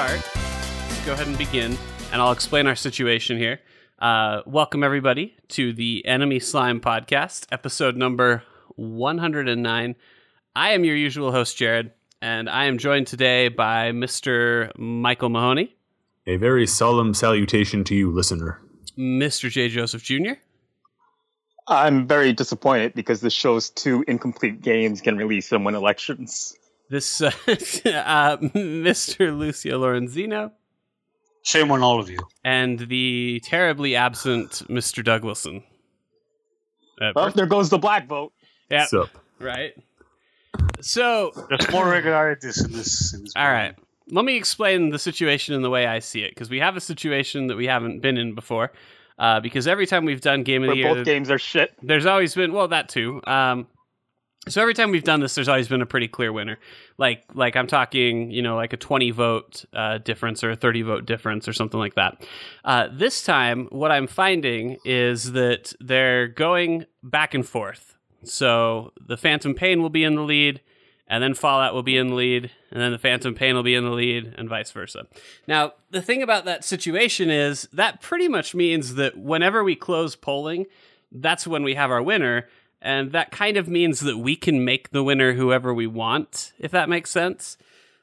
Uh, ahead and begin, and I'll explain our situation here. Uh, welcome, everybody, to the Enemy Slime Podcast, episode number 109. I am your usual host, Jared, and I am joined today by Mr. Michael Mahoney, A very solemn salutation to you, listener. Mr. J. Joseph Jr., I'm very disappointed because this shows two incomplete games can release and win elections. this uh, uh, Mr. Lucio Lorenzino, Shame on all of you. and the terribly absent Mr. Doug Wilson. Uh, Well, there goes the black vote. yeah, Sup? right. So, There's more regularities in this. In this All right. Let me explain the situation in the way I see it, because we have a situation that we haven't been in before. Uh, because every time we've done Game of Where the Year, both games are shit. there's always been well that too. Um, so every time we've done this, there's always been a pretty clear winner. Like like I'm talking, you know, like a 20 vote uh, difference or a 30 vote difference or something like that. Uh, this time, what I'm finding is that they're going back and forth. So the Phantom Pain will be in the lead, and then Fallout will be in the lead, and then the Phantom Pain will be in the lead, and vice versa. Now, the thing about that situation is that pretty much means that whenever we close polling, that's when we have our winner. And that kind of means that we can make the winner whoever we want, if that makes sense.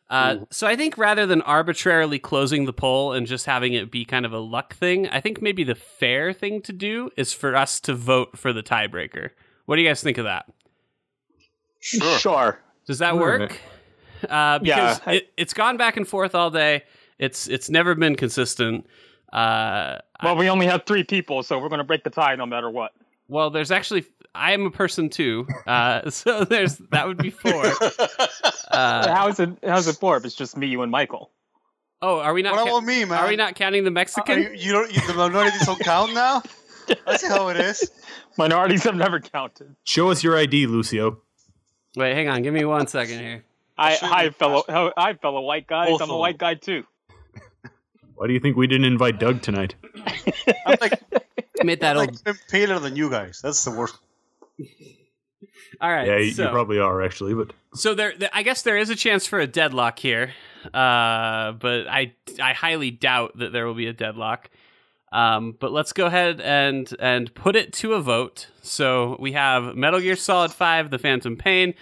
Uh, so I think rather than arbitrarily closing the poll and just having it be kind of a luck thing, I think maybe the fair thing to do is for us to vote for the tiebreaker. What do you guys think of that? Sure. Does that All work? Uh, because Yeah, I- it, it's gone back and forth all day. It's it's never been consistent. Uh, Well, we only have three people, so we're going to break the tie no matter what. well, there's actually I am a person too, uh, so there's that would be four. Uh, how is it? How's it for if it's just me, you, and Michael? oh, are we not? What ca- about me, man? are we not counting the Are Mexican? you, you don't. You, the minorities don't count now. That's how it is. Minorities have never counted. Show us your ID, Lucio. Wait, hang on. Give me one second here. I, shouldn't hi, have fellow, hi, fellow white guys. Both I'm a of white guy too. Why do you think we didn't invite Doug tonight? I'm like, Made that I'm old. like even paler than you guys. That's the worst. All right. yeah, you, so, you probably are actually, but so there, there- I guess there is a chance for a deadlock here, uh, but I, I highly doubt that there will be a deadlock. Um, but let's go ahead and and put it to a vote. So we have Metal Gear Solid Five: The Phantom Pain,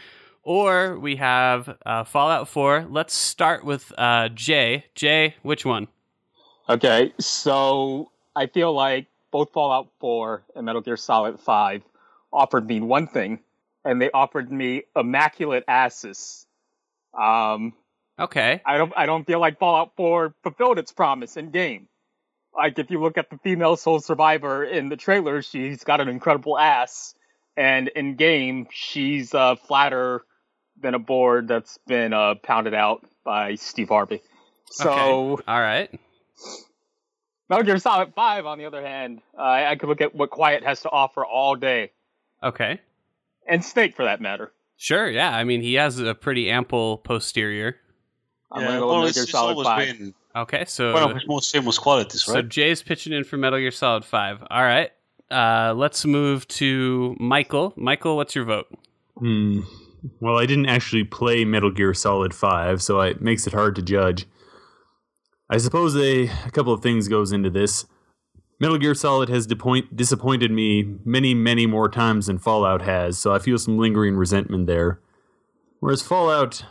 or we have uh, Fallout Four. Let's start with uh, Jay. Jay, which one? Okay, so I feel like both Fallout 4 and Metal Gear Solid 5 offered me one thing, and they offered me immaculate asses. Um, Okay. I don't, I don't feel like Fallout 4 fulfilled its promise in game. Like if you look at the female sole survivor in the trailer, she's got an incredible ass, and in game she's uh, flatter than a board that's been uh, pounded out by Steve Harvey. So. Okay. All right. Metal Gear Solid Five, on the other hand, uh, I I could look at what Quiet has to offer all day, Okay. and Snake for that matter. Sure. Yeah. I mean, he has a pretty ample posterior. I'm Yeah, gonna go with well, Metal it's, Gear it's Solid always Five. been Okay. So one of his most famous qualities, So right? Jay's pitching in for Metal Gear Solid Five. All right. Uh, let's move to Michael. Michael, what's your vote? hmm. Well, I didn't actually play Metal Gear Solid Five, so it makes it hard to judge. I suppose a, a couple of things goes into this. Metal Gear Solid has depoint- disappointed me many, many more times than Fallout has, so I feel some lingering resentment there. Whereas Fallout,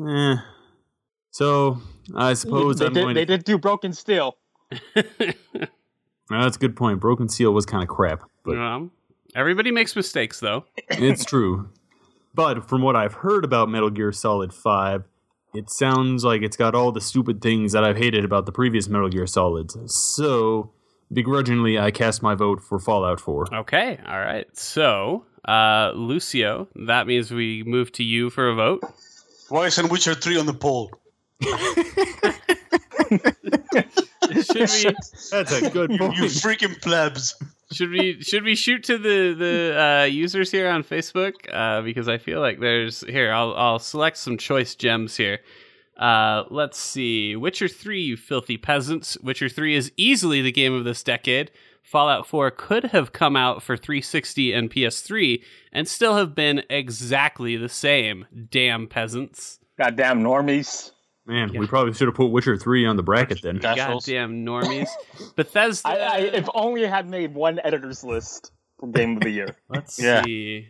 eh. So I suppose They I'm did, going. they to- did do Broken Steel. Oh, that's a good point. Broken Seal was kind of crap, but Um, everybody makes mistakes, though. it's true. But from what I've heard about Metal Gear Solid 5, it sounds like it's got all the stupid things that I've hated about the previous Metal Gear Solids. So, begrudgingly, I cast my vote for Fallout 4. Okay. All right. So, uh, Lucio, that means we move to you for a vote. Why isn't Witcher three on the poll? Should we That's a good You, you freaking plebs! should we should we shoot to the the uh, users here on Facebook uh, because I feel like there's here I'll I'll select some choice gems here. Uh, let's see, Witcher three, you filthy peasants. Witcher three is easily the game of this decade. Fallout four could have come out for 360 and PS3 and still have been exactly the same. Damn peasants. Goddamn normies. Man, Yeah. we probably should have put Witcher 3 on the bracket then. Specials. Goddamn normies. Bethesda. I, I, if only I had made one editor's list for game of the year. Let's Yeah. see.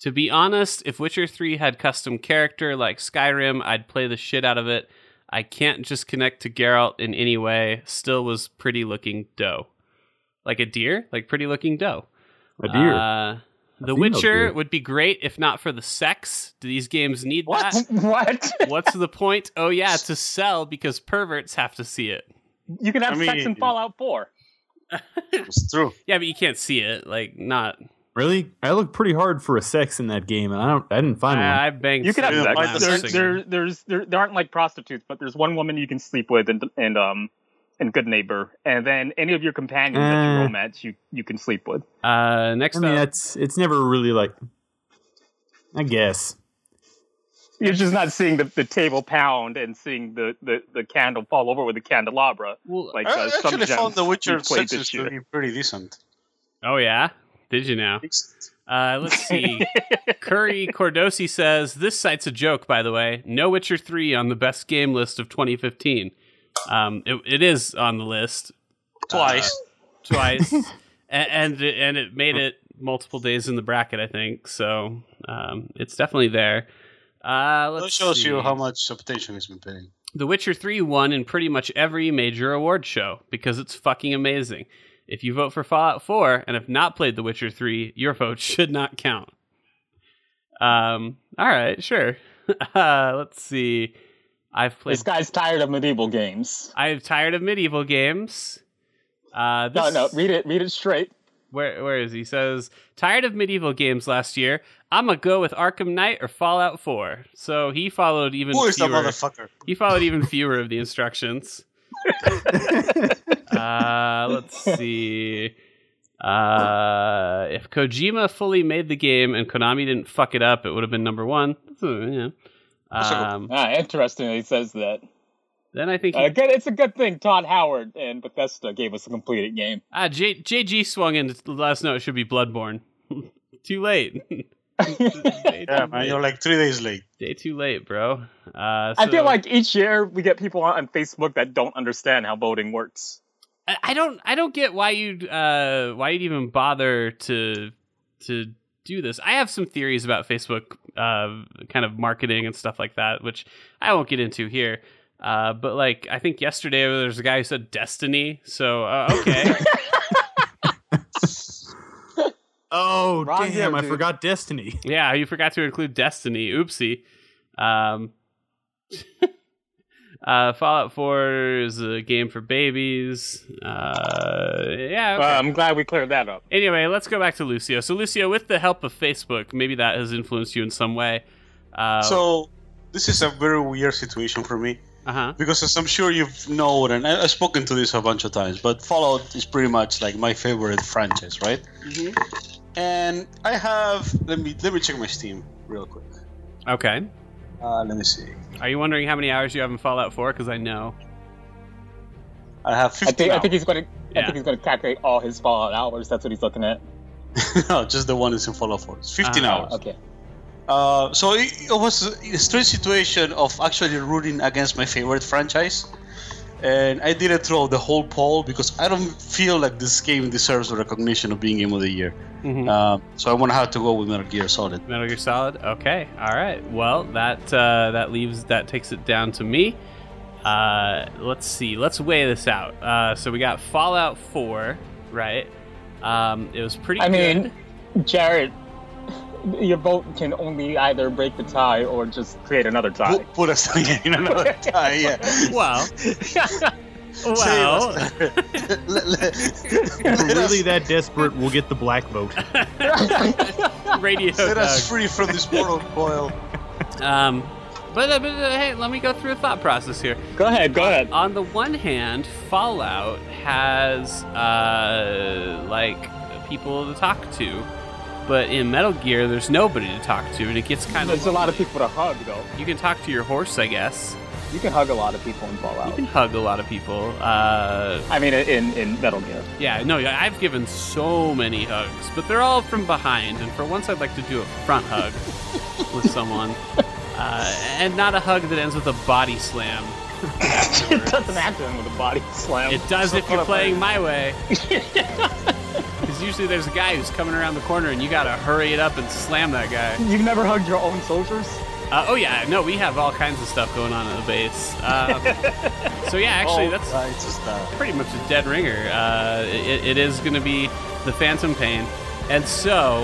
To be honest, if Witcher 3 had custom character like Skyrim, I'd play the shit out of it. I can't just connect to Geralt in any way. Still was pretty looking dough. Like a deer? Like pretty looking dough. A deer. Uh, the female Witcher deer. would be great if not for the sex. Do these games need What? that? what? What's the point? Oh, yeah, to sell because perverts have to see it. You can have I sex in mean- Fallout 4. It's true. Yeah, but you can't see it. Like, not. really? I looked pretty hard for a sex in that game, and I don't. I didn't find one. I, I banged You could have several Yeah, sex. like the times there, sex singing. there, there's, there, there aren't like prostitutes, but there's one woman you can sleep with and, and um and good neighbor, and then any of your companions that you Uh. romance, you you can sleep with. Uh, next I mean, up, that's it's never really like. I guess. You're just not seeing the, the table pound and seeing the, the, the candle fall over with the candelabra. well, Like I uh, some actually gems found The Witcher you've played 6 this is year. pretty, pretty decent. oh yeah, did you now? Uh, let's see. Curry Cordosi says this site's a joke, by the way. No Witcher three on the best game list of 2015. Um, it, it is on the list Uh, Twice. twice, and and it, and it made it multiple days in the bracket, I think. So um, it's definitely there. Uh, that let's shows see. you how much attention has been paying. The Witcher 3 won in pretty much every major award show because it's fucking amazing. If you vote for Fallout 4 and have not played The Witcher 3, your vote should not count. Um, all right, sure. uh, let's see. I've played. This guy's tired of medieval games. I'm tired of medieval games. Uh, No, this, no, read it, read it straight. Where, where is he? Says tired of medieval games last year. I'm gonna go with Arkham Knight or Fallout 4. So he followed even Who is the fewer. motherfucker? He followed even fewer of the instructions. uh, let's see. Uh, if Kojima fully made the game and Konami didn't fuck it up, it would have been number one. So, yeah. Um, Ah, interesting. that He says that. then I think he, Uh, good, it's a good thing Todd Howard and Bethesda gave us a completed game. ah, J, JG swung in to let us know it should be Bloodborne. too late. Day Yeah, too man, late. you're like three days late. Day too late, bro. Uh, I feel so- like each year we get people on on Facebook that don't understand how voting works. I I don't I don't get why you'd uh why you'd even bother to to do this. I have some theories about Facebook uh kind of marketing and stuff like that, which I won't get into here. Uh, but like I think yesterday there was a guy who said Destiny, so uh, okay. Oh Wrong damn! year, I dude. forgot Destiny. yeah, you forgot to include Destiny. Oopsie. Um, uh, Fallout Four is a game for babies. Uh, yeah. okay. Uh, I'm glad we cleared that up. Anyway, let's go back to Lucio. So, Lucio, with the help of Facebook, maybe that has influenced you in some way. Uh, So, this is a very weird situation for me. uh-huh. Because as I'm sure you've known, and I- I've spoken to this a bunch of times, but Fallout is pretty much like my favorite franchise, right? And I have let me let me check my Steam real quick. Okay. Uh, let me see. Are you wondering how many hours you have in Fallout 4? Because I know. I have I 15. think I think he's going to I Yeah. think he's going to calculate all his Fallout hours. That's what he's looking at. no, just the one is in Fallout 4. It's 15 Ah, hours. Okay. Uh, so it, it was a strange situation of actually rooting against my favorite franchise, and I didn't throw the whole poll because I don't feel like this game deserves the recognition of being Game of the Year. Mhm. Um, so I'm gonna have to go with Metal Gear Solid. Metal Gear Solid. Okay. All right. Well, that uh, that leaves that takes it down to me. Uh, let's see. Let's weigh this out. Uh, so we got Fallout 4, right? Um, it was pretty. I good. mean, Jared, your vote can only either break the tie or just create another tie. Put, put us in another tie. Yeah. well, well. Save us. Let- let- If we're let us- really that desperate, we'll get the black vote. Radio. Set Doug. us free from this mortal coil. Um, but, uh, but uh, hey, let me go through a thought process here. go ahead, go ahead. On the one hand, Fallout has uh, like people to talk to, but in Metal Gear, there's nobody to talk to, and it gets kind There's of a lot of people to hug though. you can talk to your horse, I guess. You can hug a lot of people in You Fallout. can hug a lot of people. Uh, I mean, in in Metal Gear. yeah, no, yeah, I've given so many hugs, but they're all from behind, and for once, I'd like to do a front hug with someone. Uh, and not a hug that ends with a body slam. it doesn't have to end with a body slam. It does So if you're what playing my way. Because usually there's a guy who's coming around the corner and you gotta hurry it up and slam that guy. You've never hugged your own soldiers? Uh, oh yeah, no, we have all kinds of stuff going on at the base. Um, so yeah, actually, that's Uh, it's just, uh, pretty much a dead ringer. Uh, it, it is going to be the Phantom Pain. And so,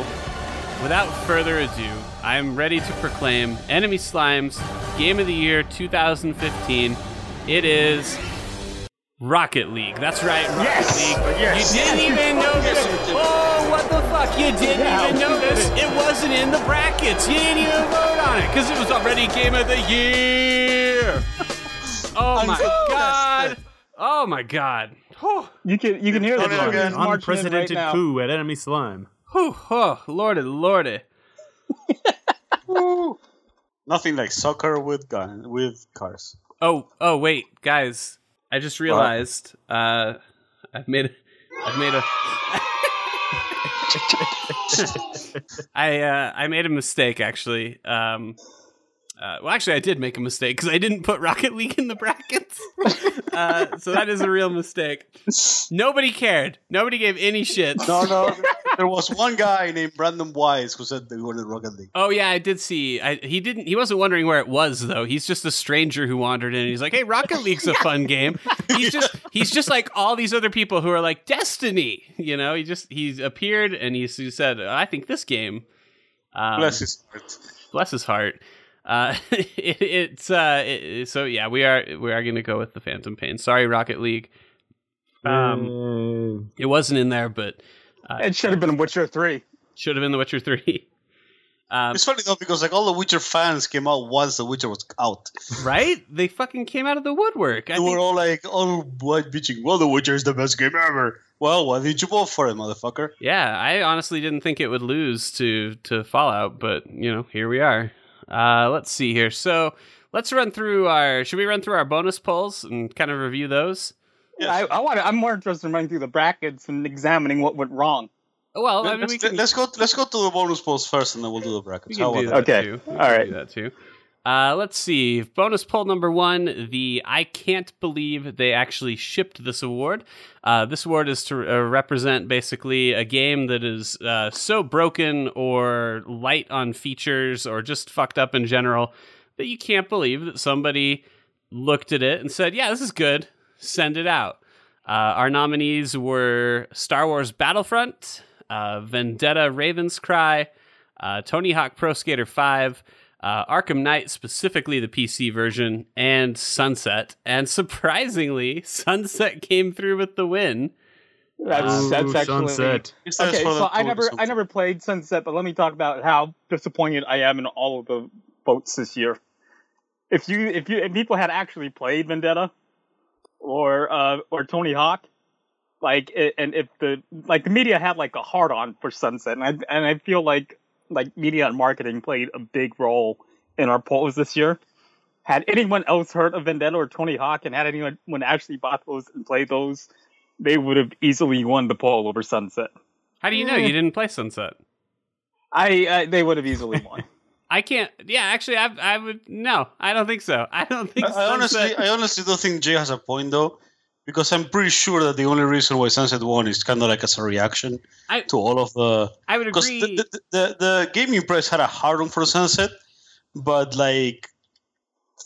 without further ado, I'm ready to proclaim Enemy Slimes Game of the Year 2015. It is Rocket League. That's right, Rocket Yes! League. Yes! You didn't even notice. Oh, what the fuck? You didn't Yeah, even we notice. did. It wasn't in the brackets. You didn't even vote on it because it was already Game of the Year. Oh I'm my so pissed. god. Oh my god. Whew, You can you can hear Don't that. it An again. Marching in right unprecedented now. coup at Enemy Slime. whew, oh, lordy, lordy. nothing like soccer with gun with cars. Oh, oh wait, guys. I just realized uh I've made a I've made a I uh I made a mistake actually. Um uh, well, actually, I did make a mistake because I didn't put Rocket League in the brackets. uh, so that is a real mistake. Nobody cared. Nobody gave any shit. No, no. there was one guy named Brandon Wise who said they were the Rocket League. Oh yeah, I did see. I, he didn't. He wasn't wondering where it was though. He's just a stranger who wandered in. and He's like, "Hey, Rocket League's a fun game." He's just he's just like all these other people who are like Destiny. You know, he just he's appeared and he's, he said, "I think this game." Um, Bless his heart. bless his heart. Uh, it, it's uh, it, so yeah, we are we are going to go with the Phantom Pain. Sorry, Rocket League. Mm. Um, Um, it wasn't in there, but It should have been Witcher 3. should have been The Witcher Three. Um, It's funny though because like all the Witcher fans came out once the Witcher was out. right? They fucking came out of the woodwork. I They think- were all like, "Oh, white bitching. Well, the Witcher is the best game ever." Well, why did you vote for it, motherfucker? Yeah, I honestly didn't think it would lose to to Fallout, but you know, here we are. Uh, let's see here. So let's run through our. Should we run through our bonus polls and kind of review those? Yes. I, I want. I'm more interested in running through the brackets and examining what went wrong. Well, I mean, let's, we can, let's go. Let's go to the bonus polls first, and then we'll do the we brackets. can do about that Okay, too. We all can right. do that too. Uh, let's see. Bonus poll number one: the I can't believe they actually shipped this award. Uh, this award is to uh, represent basically a game that is uh, so broken or light on features or just fucked up in general that you can't believe that somebody looked at it and said, "Yeah, this is good. Send it out." Uh, our nominees were Star Wars Battlefront, uh, Vendetta: Raven's Cry, uh, Tony Hawk Pro Skater 5, uh, Arkham Knight, specifically the PC version, and Sunset. And surprisingly, Sunset came through with the win. That's Um, that's actually sunset. It stands okay. for So the I never I tourism. never played Sunset, but let me talk about how disappointed I am in all of the votes this year. If you if you if people had actually played Vendetta or uh, or Tony Hawk, like i- and if the like the media had like a hard on for Sunset, and I and I feel like like media and marketing played a big role in our polls this year. Had anyone else heard of Vendetta or Tony Hawk, and had anyone actually bought those and played those, they would have easily won the poll over Sunset. How do you know Hmm. you didn't play Sunset? I uh, they would have easily won. I can't. Yeah, actually, I, I would. No, I don't think so. I don't think. I, I honestly, Sunset- I honestly don't think Jay has a point though, because I'm pretty sure that the only reason why Sunset won is kind of like as a reaction I- to all of the I would because agree. the, the, the, the gaming press had a hard on for Sunset, but like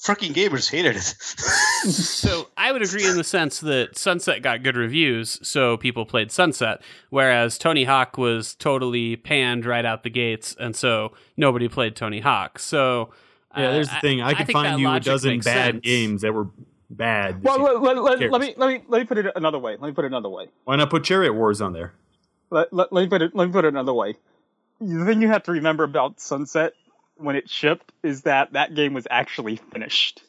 freaking gamers hated it. so I would agree in the sense that Sunset got good reviews, so people played Sunset, whereas Tony Hawk was totally panned right out the gates, and so nobody played Tony Hawk. So yeah, uh, there's the thing. I, could think that find you a logic dozen bad makes sense. games that were bad. this well, year. let, let, let, let Cares. me let me let me put it another way. Let me put it another way. Why not put Chariot Wars on there? Let, let, let me put it let me put it another way. The thing you have to remember about Sunset when it shipped is that that game was actually finished.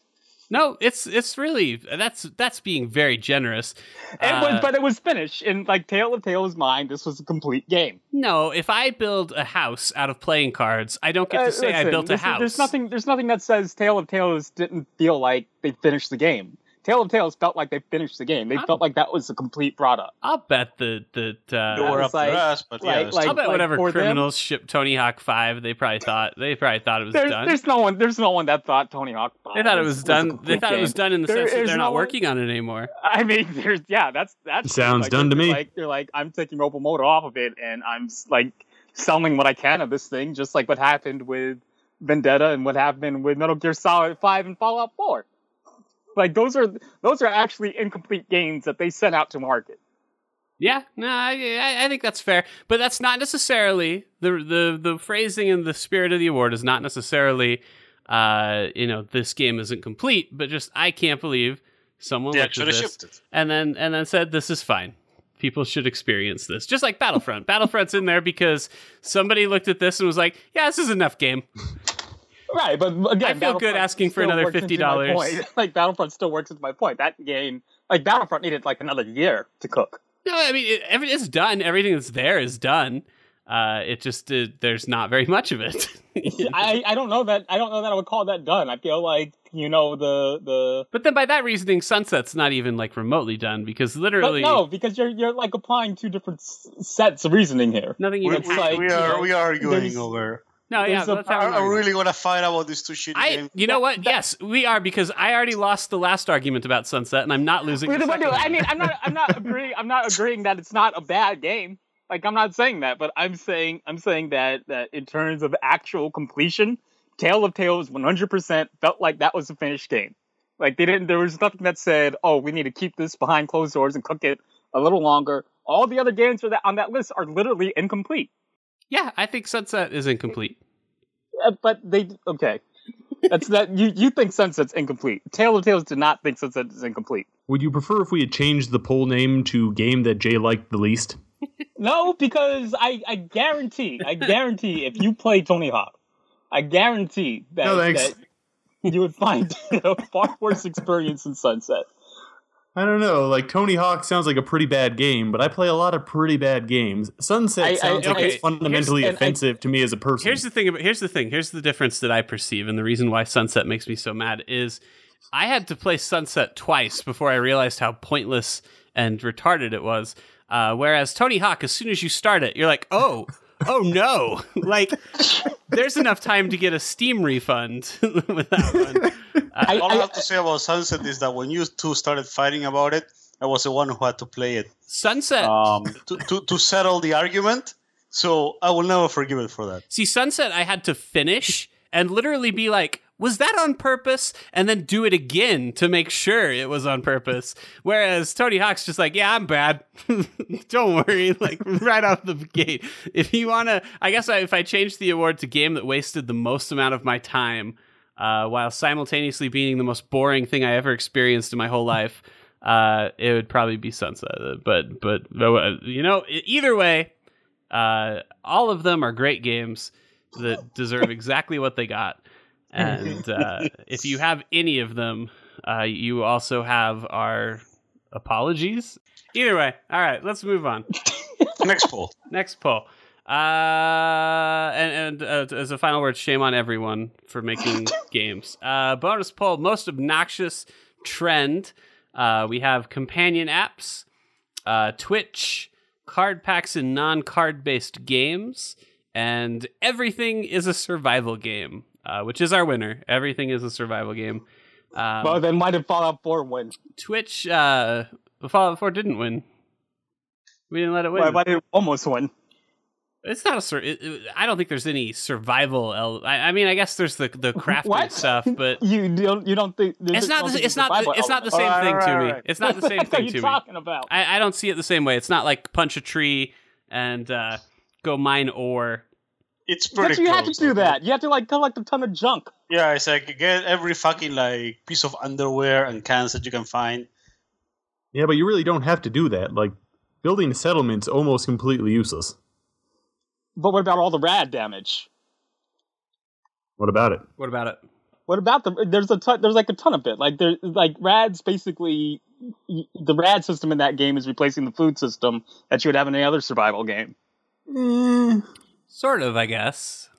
No, it's it's really that's that's being very generous. It Uh, was, but it was finished. In like Tale of Tale's mind, this was a complete game. no, if I build a house out of playing cards, I don't get to Uh, say I listen, built a there's- house. There's nothing. There's nothing that says Tale of Tales didn't feel like they finished the game. Tale of Tales felt like they finished the game. They I'm- felt like that was a complete product. I'll bet that that They uh, That were was up their like- ass, but yeah, like- it's- I'll like- bet whatever for them- criminals shipped Tony Hawk Five, they probably thought they probably thought it was There's, done. there's no one. There's no one that thought Tony Hawk. They thought it was a done. They complete thought it was game. done in the There sense that is they're not no- working on it anymore. I mean, there's yeah, that's that's Sounds like, done to they're me. Like they're like, I'm taking Robomoto off of it, and I'm s- like selling what I can of this thing, just like what happened with Vendetta and what happened with Metal Gear Solid Five and Fallout Four. Like those are those are actually incomplete games that they sent out to market. Yeah, no, I, I- I think that's fair, but that's not necessarily the the the phrasing and the spirit of the award is not necessarily, uh, you know, this game isn't complete, but just I can't believe someone they looked at actually this shipped it. and then and then said this is fine. People should experience this, just like Battlefront. Battlefront's in there because somebody looked at this and was like, "Yeah, this is enough game." Right, but I again, feel good Battlefront asking for still another works into my $50. point. Like Battlefront still works with my point. That game, like Battlefront, needed like another year to cook. No, I mean it, every, it's done. Everything that's there is done. Uh, it just uh, there's not very much of it. I, I don't know that I don't know that I would call that done. I feel like you know the the But then by that reasoning, Sunset's not even like remotely done because literally but no because you're you're like applying two different s- sets of reasoning here. nothing We, even. It's like, we you are know, we are there's- arguing over. no, yeah, there's a- that's how Are, I'm are we arguing. really gonna fight about these two shitty I, games? you know what? Yes, we are because I already lost the last argument about Sunset, and I'm not losing. Wait, the wait, second wait, I one. mean I'm not I'm not agreeing I'm not agreeing that it's not a bad game. Like I'm not saying that, but I'm saying I'm saying that that in terms of actual completion, Tale of Tales 100% felt like that was a finished game. Like they didn't there was nothing that said, "Oh, we need to keep this behind closed doors and cook it a little longer." All the other games for that on that list are literally incomplete. yeah, I think Sunset is incomplete. Uh, but they okay. That's that you you think Sunset's incomplete. Tale of Tales did not think Sunset is incomplete. Would you prefer if we had changed the poll name to game that Jay liked the least? No, because I I guarantee I guarantee if you play Tony Hawk, I guarantee that, No, thanks. that you would find a far worse experience than Sunset. I don't know. Like Tony Hawk sounds like a pretty bad game, but I play a lot of pretty bad games. Sunset I- I- sounds like okay, it's fundamentally here's- and I- offensive to me as a person. Here's the thing. About, here's the thing. Here's the difference that I perceive, and the reason why Sunset makes me so mad is I had to play Sunset twice before I realized how pointless and retarded it was. Uh, whereas Tony Hawk, as soon as you start it, you're like, oh, oh no, like there's enough time to get a Steam refund with that one. Uh, I, All I, I, have to say about Sunset is that when you two started fighting about it, I was the one who had to play it Sunset. um, to, to, to settle the argument. So I will never forgive it for that. See, Sunset, I had to finish and literally be like, was that on purpose? And then do it again to make sure it was on purpose. Whereas Tony Hawk's just like, yeah, I'm bad. Don't worry. Like, right out the gate. If you want to, I guess I, if I changed the award to game that wasted the most amount of my time uh, while simultaneously being the most boring thing I ever experienced in my whole life, uh, it would probably be Sunset. Uh, But, but, uh, you know, e- either way, uh, all of them are great games that deserve exactly what they got. And uh, if you have any of them, uh, you also have our apologies. Either way, all right, let's move on. Next poll. Next poll. Uh, and and uh, as a final word, shame on everyone for making games. Uh, bonus poll: most obnoxious trend. Uh, we have companion apps, uh, Twitch, card packs and non-card based games, and everything is a survival game, uh, which is our winner. Everything is a survival game. Um, well, then why did Fallout Four win? Twitch, uh, Fallout Four didn't win. We didn't let it win. Why, why did it almost win? It's not a sur- it, it, I don't think there's any survival. El- I, I mean, I guess there's the the crafting What? stuff, but You don't you don't think it's not the, it's not the, it's not the same Alright, thing to alright, me. alright. It's not the same What are thing you to me. talking about? I, I don't see it the same way. It's not like punch a tree and uh, go mine ore. It's pretty But you close. have to do that. You have to like collect a ton of junk. Yeah, it's like get every fucking like piece of underwear and cans that you can find. yeah, but you really don't have to do that. Like building settlements almost completely useless. But what about all the rad damage? What about it? What about it? What about the? There's a ton. There's like a ton of it. Like there, like rads. Basically, the rad system in that game is replacing the food system that you would have in any other survival game. Sort of, I guess.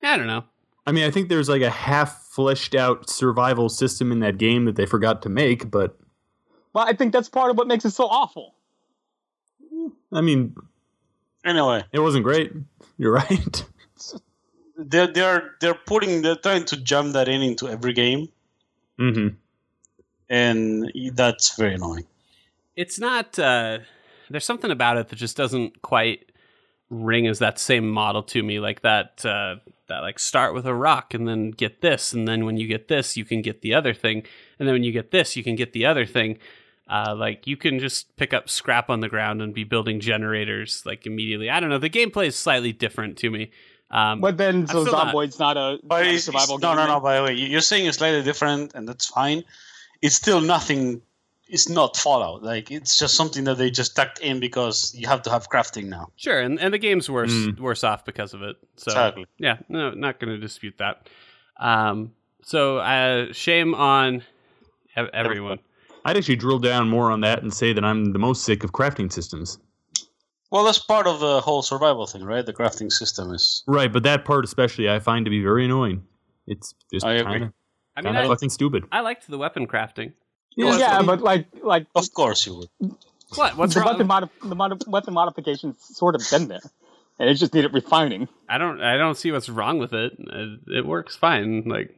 I don't know. I mean, I think there's like a half fleshed out survival system in that game that they forgot to make, but Well, I think that's part of what makes it so awful. I mean, Anyway, it wasn't great. You're right. they're they're they're putting they're trying to jam that in into every game, hmm Mm-hmm. and that's very annoying. it's not uh there's something about it that just doesn't quite ring as that same model to me like that uh that like start with a rock and then get this and then when you get this you can get the other thing and then when you get this you can get the other thing uh like you can just pick up scrap on the ground and be building generators like immediately i don't know the gameplay is slightly different to me um But then, so still not- Zomboid's not, a, not a But it's, it's, survival no, game. no, then? no. By the way, you- you're saying it's slightly different, and that's fine. It's still nothing. It's not Fallout. Like it's just something that they just tucked in because you have to have crafting now. sure and, and the game's worse Mm. worse off because of it so Exactly. Yeah, no, not going to dispute that. Um, so uh, shame on e- everyone. I'd actually drill down more on that and say that I'm the most sick of crafting systems. Well, that's part of the whole survival thing, right? The crafting system is. Right, but that part especially I find to be very annoying. It's just I agree. kind I mean, of I, fucking stupid. I liked the weapon crafting. Yeah, I mean, but like, like Of course, you would. What? What's the weapon wrong? modif- the mod- weapon modifications sort of been there, and it just needed refining. I don't. I don't see what's wrong with it. It, it works fine. Like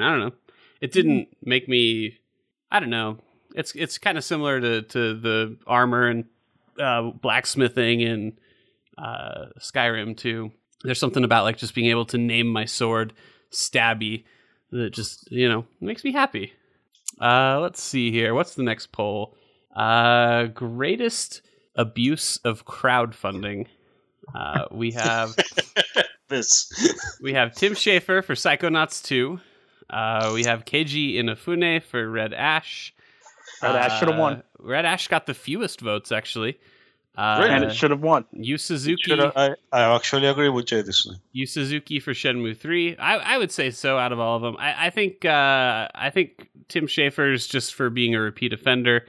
I don't know. It didn't make me. I don't know. It's it's kind of similar to to the armor and uh, blacksmithing in uh, Skyrim too. There's something about like just being able to name my sword Stabby that just you know makes me happy. Uh, let's see here. What's the next poll? Uh, greatest abuse of crowdfunding. Uh, we have This. we have Tim Schafer for Psychonauts 2. Uh, we have KG Inafune for Red Ash. Uh, Red Ash should've won. Red Ash got the fewest votes, actually. Uh, and it should have won. Yu Suzuki, Should I, I, I actually agree with Jay this one. Yu Suzuki for Shenmue 3. I, I would say so out of all of them. I, I think uh, I think Tim Schafer's just for being a repeat offender.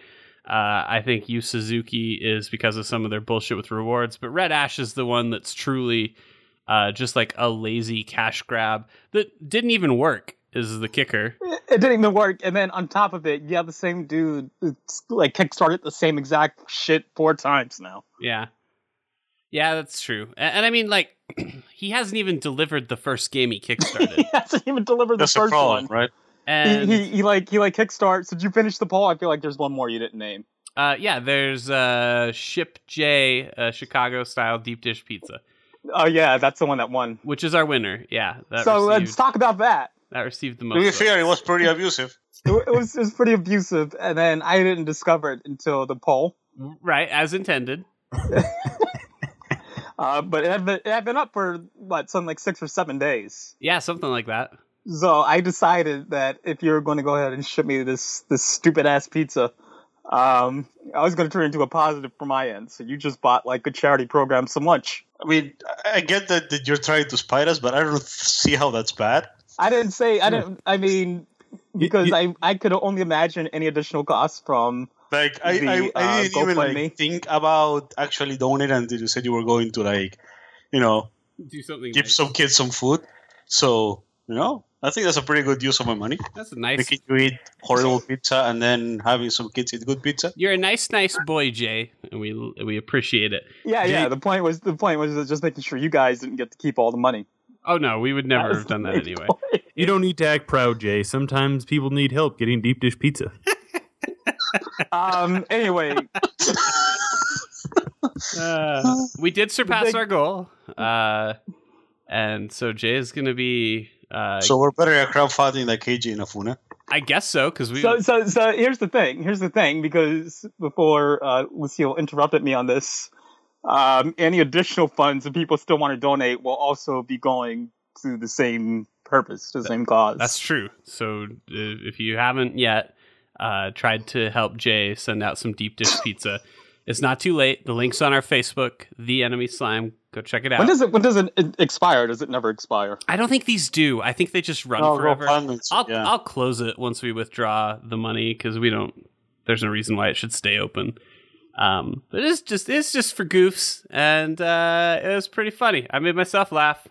Uh, I think Yu Suzuki is because of some of their bullshit with rewards, but Red Ash is the one that's truly uh, just like a lazy cash grab that didn't even work. Is the kicker? It, it didn't even work. And then on top of it, you have the same dude it's, like kickstarted the same exact shit four times now. Yeah, yeah, that's true. A- And, I mean, like, he hasn't even delivered the first game he kickstarted. He hasn't even delivered the That's a first problem, one. right? and He, he, he like he like kickstarts. Did you finish the poll? I feel like there's one more you didn't name. Uh, yeah, there's uh, Ship J, uh, Chicago style deep dish pizza, Oh yeah, that's the one that won. which is our winner. Yeah, that, so received, let's talk about that. that received the most. To be votes. fair, it was pretty abusive. It, wa- it was it was pretty abusive, and then I didn't discover it until the poll. Right, as intended. Uh, but it had, been, it had been up for what something like six or seven days. Yeah, something like that. So I decided that if you were going to go ahead and ship me this this stupid ass pizza, um, I was going to turn it into a positive for my end. So you just bought like a charity program some lunch. I mean, I- I get that, that you're trying to spite us, but I don't see how that's bad. I didn't say I didn't. I mean, because you- I I could only imagine any additional costs from Like I, The, I, I uh, didn't even like, GoFundMe. think about actually donating until you said you were going to like, you know, Do something. give nice. some kids some food. So you know, I think that's a pretty good use of my money. That's a nice. Making you eat horrible pizza and then having some kids eat good pizza. You're a nice, nice boy, Jay, and we we appreciate it. yeah yeah. Jake- The point was the point was just making sure you guys didn't get to keep all the money. Oh no, we would never That was have done the that main anyway. point. You don't need to act proud, Jay. Sometimes people need help getting deep dish pizza. Um. Anyway, Uh, we did surpass big- our goal, uh, and so Jay is going to be. Uh, So we're better at crowdfunding than KG and Afuna. I guess so because we. so so so here's the thing. Here's the thing. Because before uh, Lucille interrupted me on this, um, any additional funds that people still want to donate will also be going to the same purpose, to the same cause. That's true. So uh, if you haven't yet uh, tried to help Jay send out some deep dish pizza, it's not too late. The link's on our Facebook, The Enemy Slime. Go check it out. When does it when does it it expire? Does it never expire? I don't think these do. I think they just run No, forever. GoFundMe's, I'll yeah. I'll close it once we withdraw the money because we don't. There's no reason why it should stay open. Um, but it's just it's just for goofs, and uh, it was pretty funny. I made myself laugh.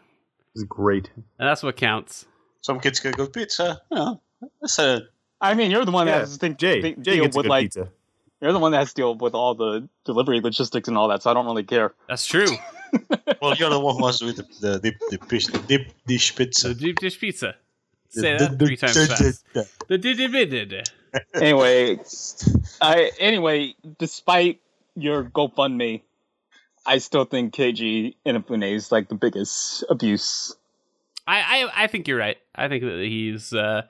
It's great. And that's what counts. Some kids get good pizza. You know, that's a I mean, you're the one that Yeah, has to think, Jay, think- Jay deal gets a with good like pizza. you're the one that has to deal with all the delivery logistics and all that. So I don't really care. That's true. well. You're the one who wants to eat the the deep deep dish, deep dish The pizza. deep dish pizza. Say that three times fast. The did did did. anyway, I anyway, despite your GoFundMe, I still think KG Inafune is like the biggest abuse. I, I I think you're right. I think that he's uh,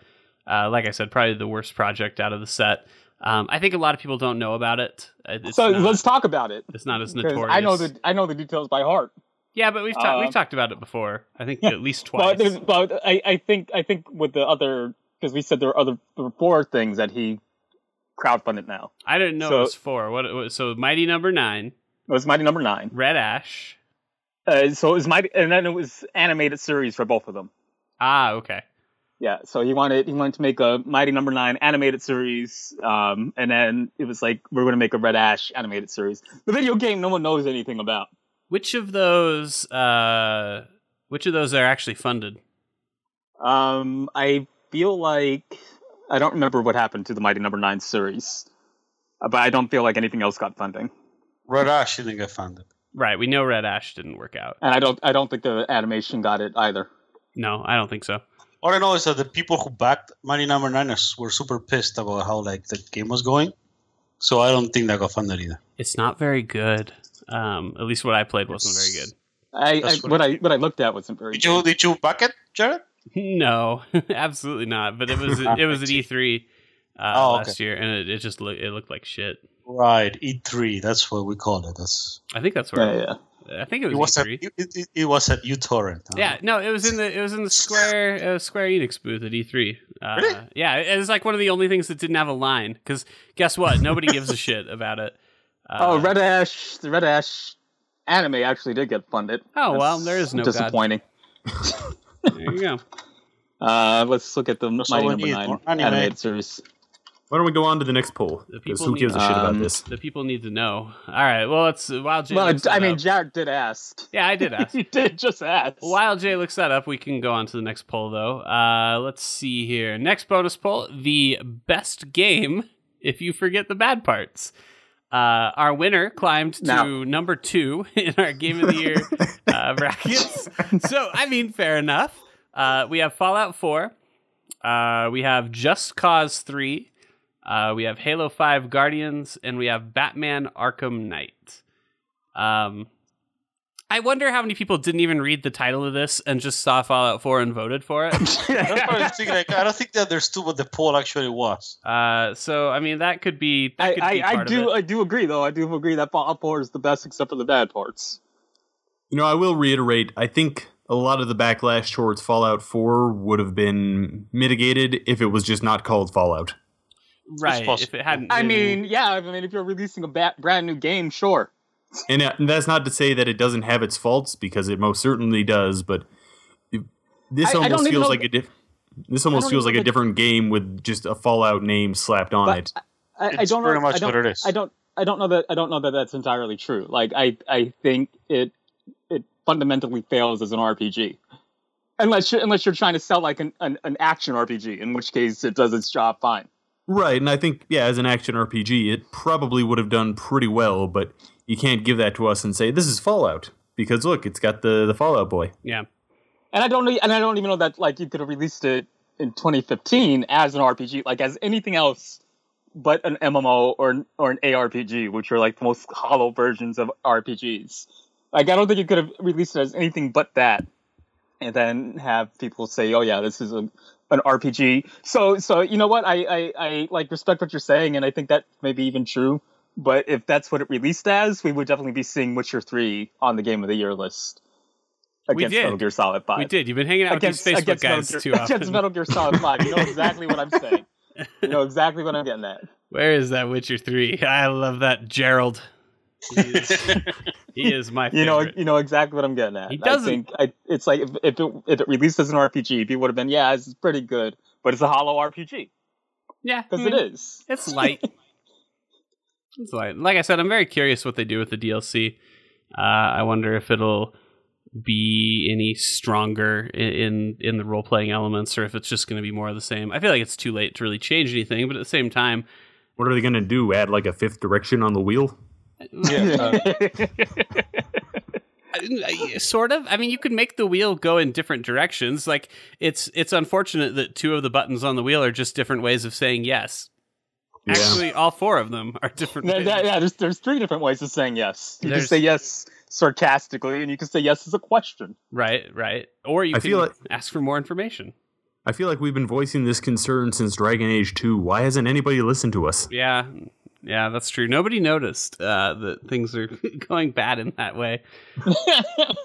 uh, like I said, probably the worst project out of the set. Um, I think a lot of people don't know about it. Uh, It's, so not, let's talk about it. it's not as 'cause notorious. I know the I know the details by heart. Yeah, but we've ta- Um, we've talked about it before. I think at least twice. But, there's- but I, I think I think with the other because we said there are other there were four things that he crowdfunded now. I didn't know so- it was four. What, what? So Mighty Number Nine, It was Mighty Number Nine. Red Ash. Uh, so it was Mighty, and then it was animated series for both of them. Ah, okay. Yeah, so he wanted he wanted to make a Mighty Number Nine animated series, um, and then it was like we're going to make a Red Ash animated series. The video game no one knows anything about. Which of those? Uh, which of those are actually funded? Um, I feel like I don't remember what happened to the Mighty Number Nine series, uh, but I don't feel like anything else got funding, Red Ash, I think I found it. Right. We know Red Ash didn't work out. and I don't I don't think the animation got it either. No, I don't think so. All I know is that the people who backed Money Number Nine is- were super pissed about how like the game was going. So I don't think that got funded either. It's not very good. Um, at least what I played wasn't very good. I, I That's what- what I what I looked at wasn't very. Did you did you back it, Jared? No, absolutely not. But it was it was at E three uh, Oh, okay. last year, and it, it just loo- it looked like shit. Right, E3. That's what we call it. That's I think that's Yeah, where yeah. I think it was, it was at E3. it, it, it was at uTorrent. huh? Yeah, no, it was in the it was in the Square uh, Square Enix booth at E3. Uh, Really? Yeah, it, it was like one of the only things that didn't have a line because guess what? Nobody gives a shit about it. Uh, oh, Red Ash, the Red Ash anime actually did get funded. Oh well, That's there is no God. disappointing. There you go. Uh, let's look at the That's Mighty all we Number need, Nine more anime. animated series. Why don't we go on to the next poll? The Because people who gives a need- shit about Um, this? The people need to know. All right. Well, it's while Jay. well, looks I that mean, up- Jared did ask. yeah, I did ask. he did just ask. While Jay looks that up, we can go on to the next poll, though. Uh, let's see here. Next bonus poll the best game if you forget the bad parts. Uh, our winner climbed to No. number two in our game of the year uh, brackets. So, I mean, fair enough. Uh, we have Fallout 4. Uh, we have Just Cause 3. Uh, we have Halo 5 Guardians. And we have Batman Arkham Knight. Um, I wonder how many people didn't even read the title of this and just saw Fallout 4 and voted for it. That's what I was thinking, like, I don't think they understood what the poll actually was. uh, so, I mean, that could be. That could I, be I, I part of do it. I do agree though I do agree that Fallout 4 is the best except for the bad parts. You know, I will reiterate, I think a lot of the backlash towards Fallout 4 would have been mitigated if it was just not called Fallout. right. If possible. it hadn't. I been- mean, yeah, I mean if you're releasing a ba- brand new game, sure. And uh, that's not to say that it doesn't have its faults, because it most certainly does, but it- I- I this don't almost even feels know- like a diff- This I don't almost feels like even a know- different game with just a Fallout name slapped on But- it. I, I It's don't pretty know, much I don't, what it is. I don't I don't know that I don't know that that's entirely true. Like I I think it it fundamentally fails as an RPG. Unless you're, unless you're trying to sell like an, an, an action RPG, in which case it does its job fine. Right, and I think yeah, as an action RPG, it probably would have done pretty well, but you can't give that to us and say this is Fallout because look, it's got the the Fallout boy. Yeah. And I don't e- and I don't even know that like you could have released it in 2015 as an RPG, like as anything else but an MMO or an, or an ARPG, which are like the most hollow versions of RPGs. Like I don't think you could have released it as anything but that, and then have people say, "Oh yeah, this is a, an RPG." So so you know what? I, I I like respect what you're saying, and I think that may be even true. But if that's what it released as, we would definitely be seeing Witcher three on the Game of the Year list We against did. Metal Gear Solid Five We did. You've been hanging out against, with these Facebook against guys Metal too Gear, against often. Metal Gear Solid Five. You know exactly what I'm saying. You know exactly what I'm getting at. Where is that Witcher 3? I love that Gerald. He is, he is my favorite. You know, you know exactly what I'm getting at. He doesn't- I think I, it's like if, if it if it released as an RPG, people would have been, yeah, this is pretty good, but it's a hollow RPG yeah. because I mean, it is. It's light. it's light. Like I said, I'm very curious what they do with the DLC. Uh, I wonder if it'll be any stronger i- in in the role playing elements, or if it's just going to be more of the same. I feel like it's too late to really change anything, but at the same time, What are they going to do? Add like a fifth direction on the wheel? Yeah, uh, I- I- sort of. I mean, you could make the wheel go in different directions. Like it's it's unfortunate that two of the buttons on the wheel are just different ways of saying yes. Yeah. Actually, all four of them are different. Yeah, ways. yeah, yeah, there's there's three different ways of saying yes. You There's- can say yes sarcastically, and you can say yes as a question. Right, right. Or you I can feel like- ask for more information. I feel like we've been voicing this concern since Dragon Age 2. Why hasn't anybody listened to us? Yeah, yeah, that's true. Nobody noticed uh, that things are going bad in that way.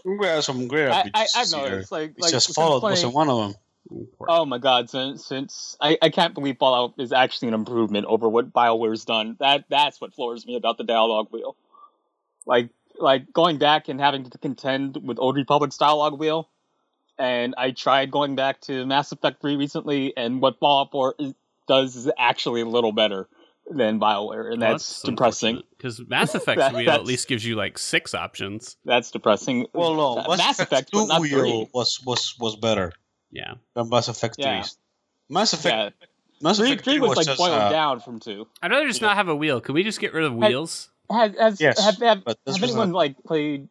we have some great I, I, RPGs I've here. noticed, like, It's like just since Fallout playing- wasn't one of them. Oh my god! Since since I, I can't believe Fallout is actually an improvement over what Bioware's done. That that's what floors me about the dialogue wheel. Like like going back and having to contend with Old Republic's dialogue wheel, and I tried going back to Mass Effect Three recently, and what Fallout Four is, does is actually a little better than Bioware, and that's depressing. because Mass Effect's That- wheel at that's- least gives you like six options. That's depressing. Well, no, Uh, Mass, Mass Effect, Effect but 2 not wheel three. was was was better Yeah, than Mass Effect 3. Yeah. Mass Effect, yeah, Mass three, Effect three was, like just, boiled uh, down from two. I'd rather just not have a wheel. Can we just get rid of wheels? Has, has, Yes, have, have, but this Has was anyone not- like played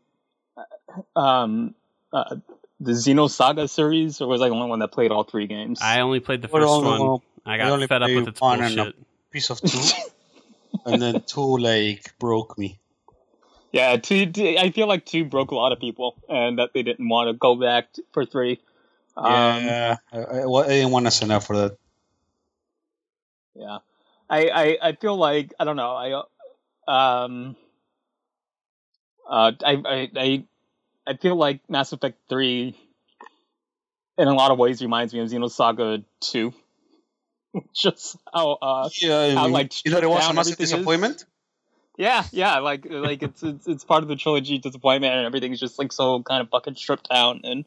uh, um uh, the Xeno Saga series, or was I the only one that played all three games? I only played the Well, first no, no, one. I we got only fed up play with its one and a- bullshit. piece of two, and then two like broke me. yeah, two, two- I feel like two broke a lot of people, and that they didn't want to go back t- for three. Um, yeah, I, I, well, I didn't want to sign up for that. yeah. I, I I feel like I don't know. I uh, um uh I I I, I feel like Mass Effect three in a lot of ways reminds me of Xenosaga two. Just how uh Yeah, I How, mean, like, you know, there was down a massive everything is? disappointment. Yeah, yeah, like like it's it's, it's part of the trilogy disappointment and everything's just like so kind of fucking stripped down and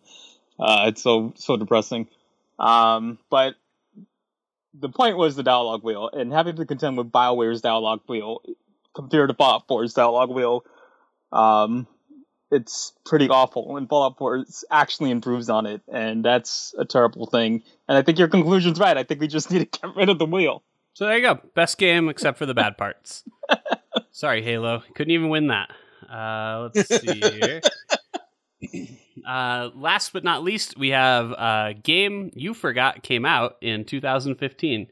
uh, it's so so depressing. Um, but the point was the dialogue wheel and having to contend with Bioware's dialogue wheel compared to Fallout 4's dialogue wheel, um, it's pretty awful. And Fallout 4 is- actually improves on it, and that's a terrible thing. And I think your conclusion's right. I think we just need to get rid of the wheel. So there you go. Best game except for the bad parts. Sorry, Halo. Couldn't even win that. Uh, let's see here. Uh, last but not least, we have a game you forgot came out in 2015.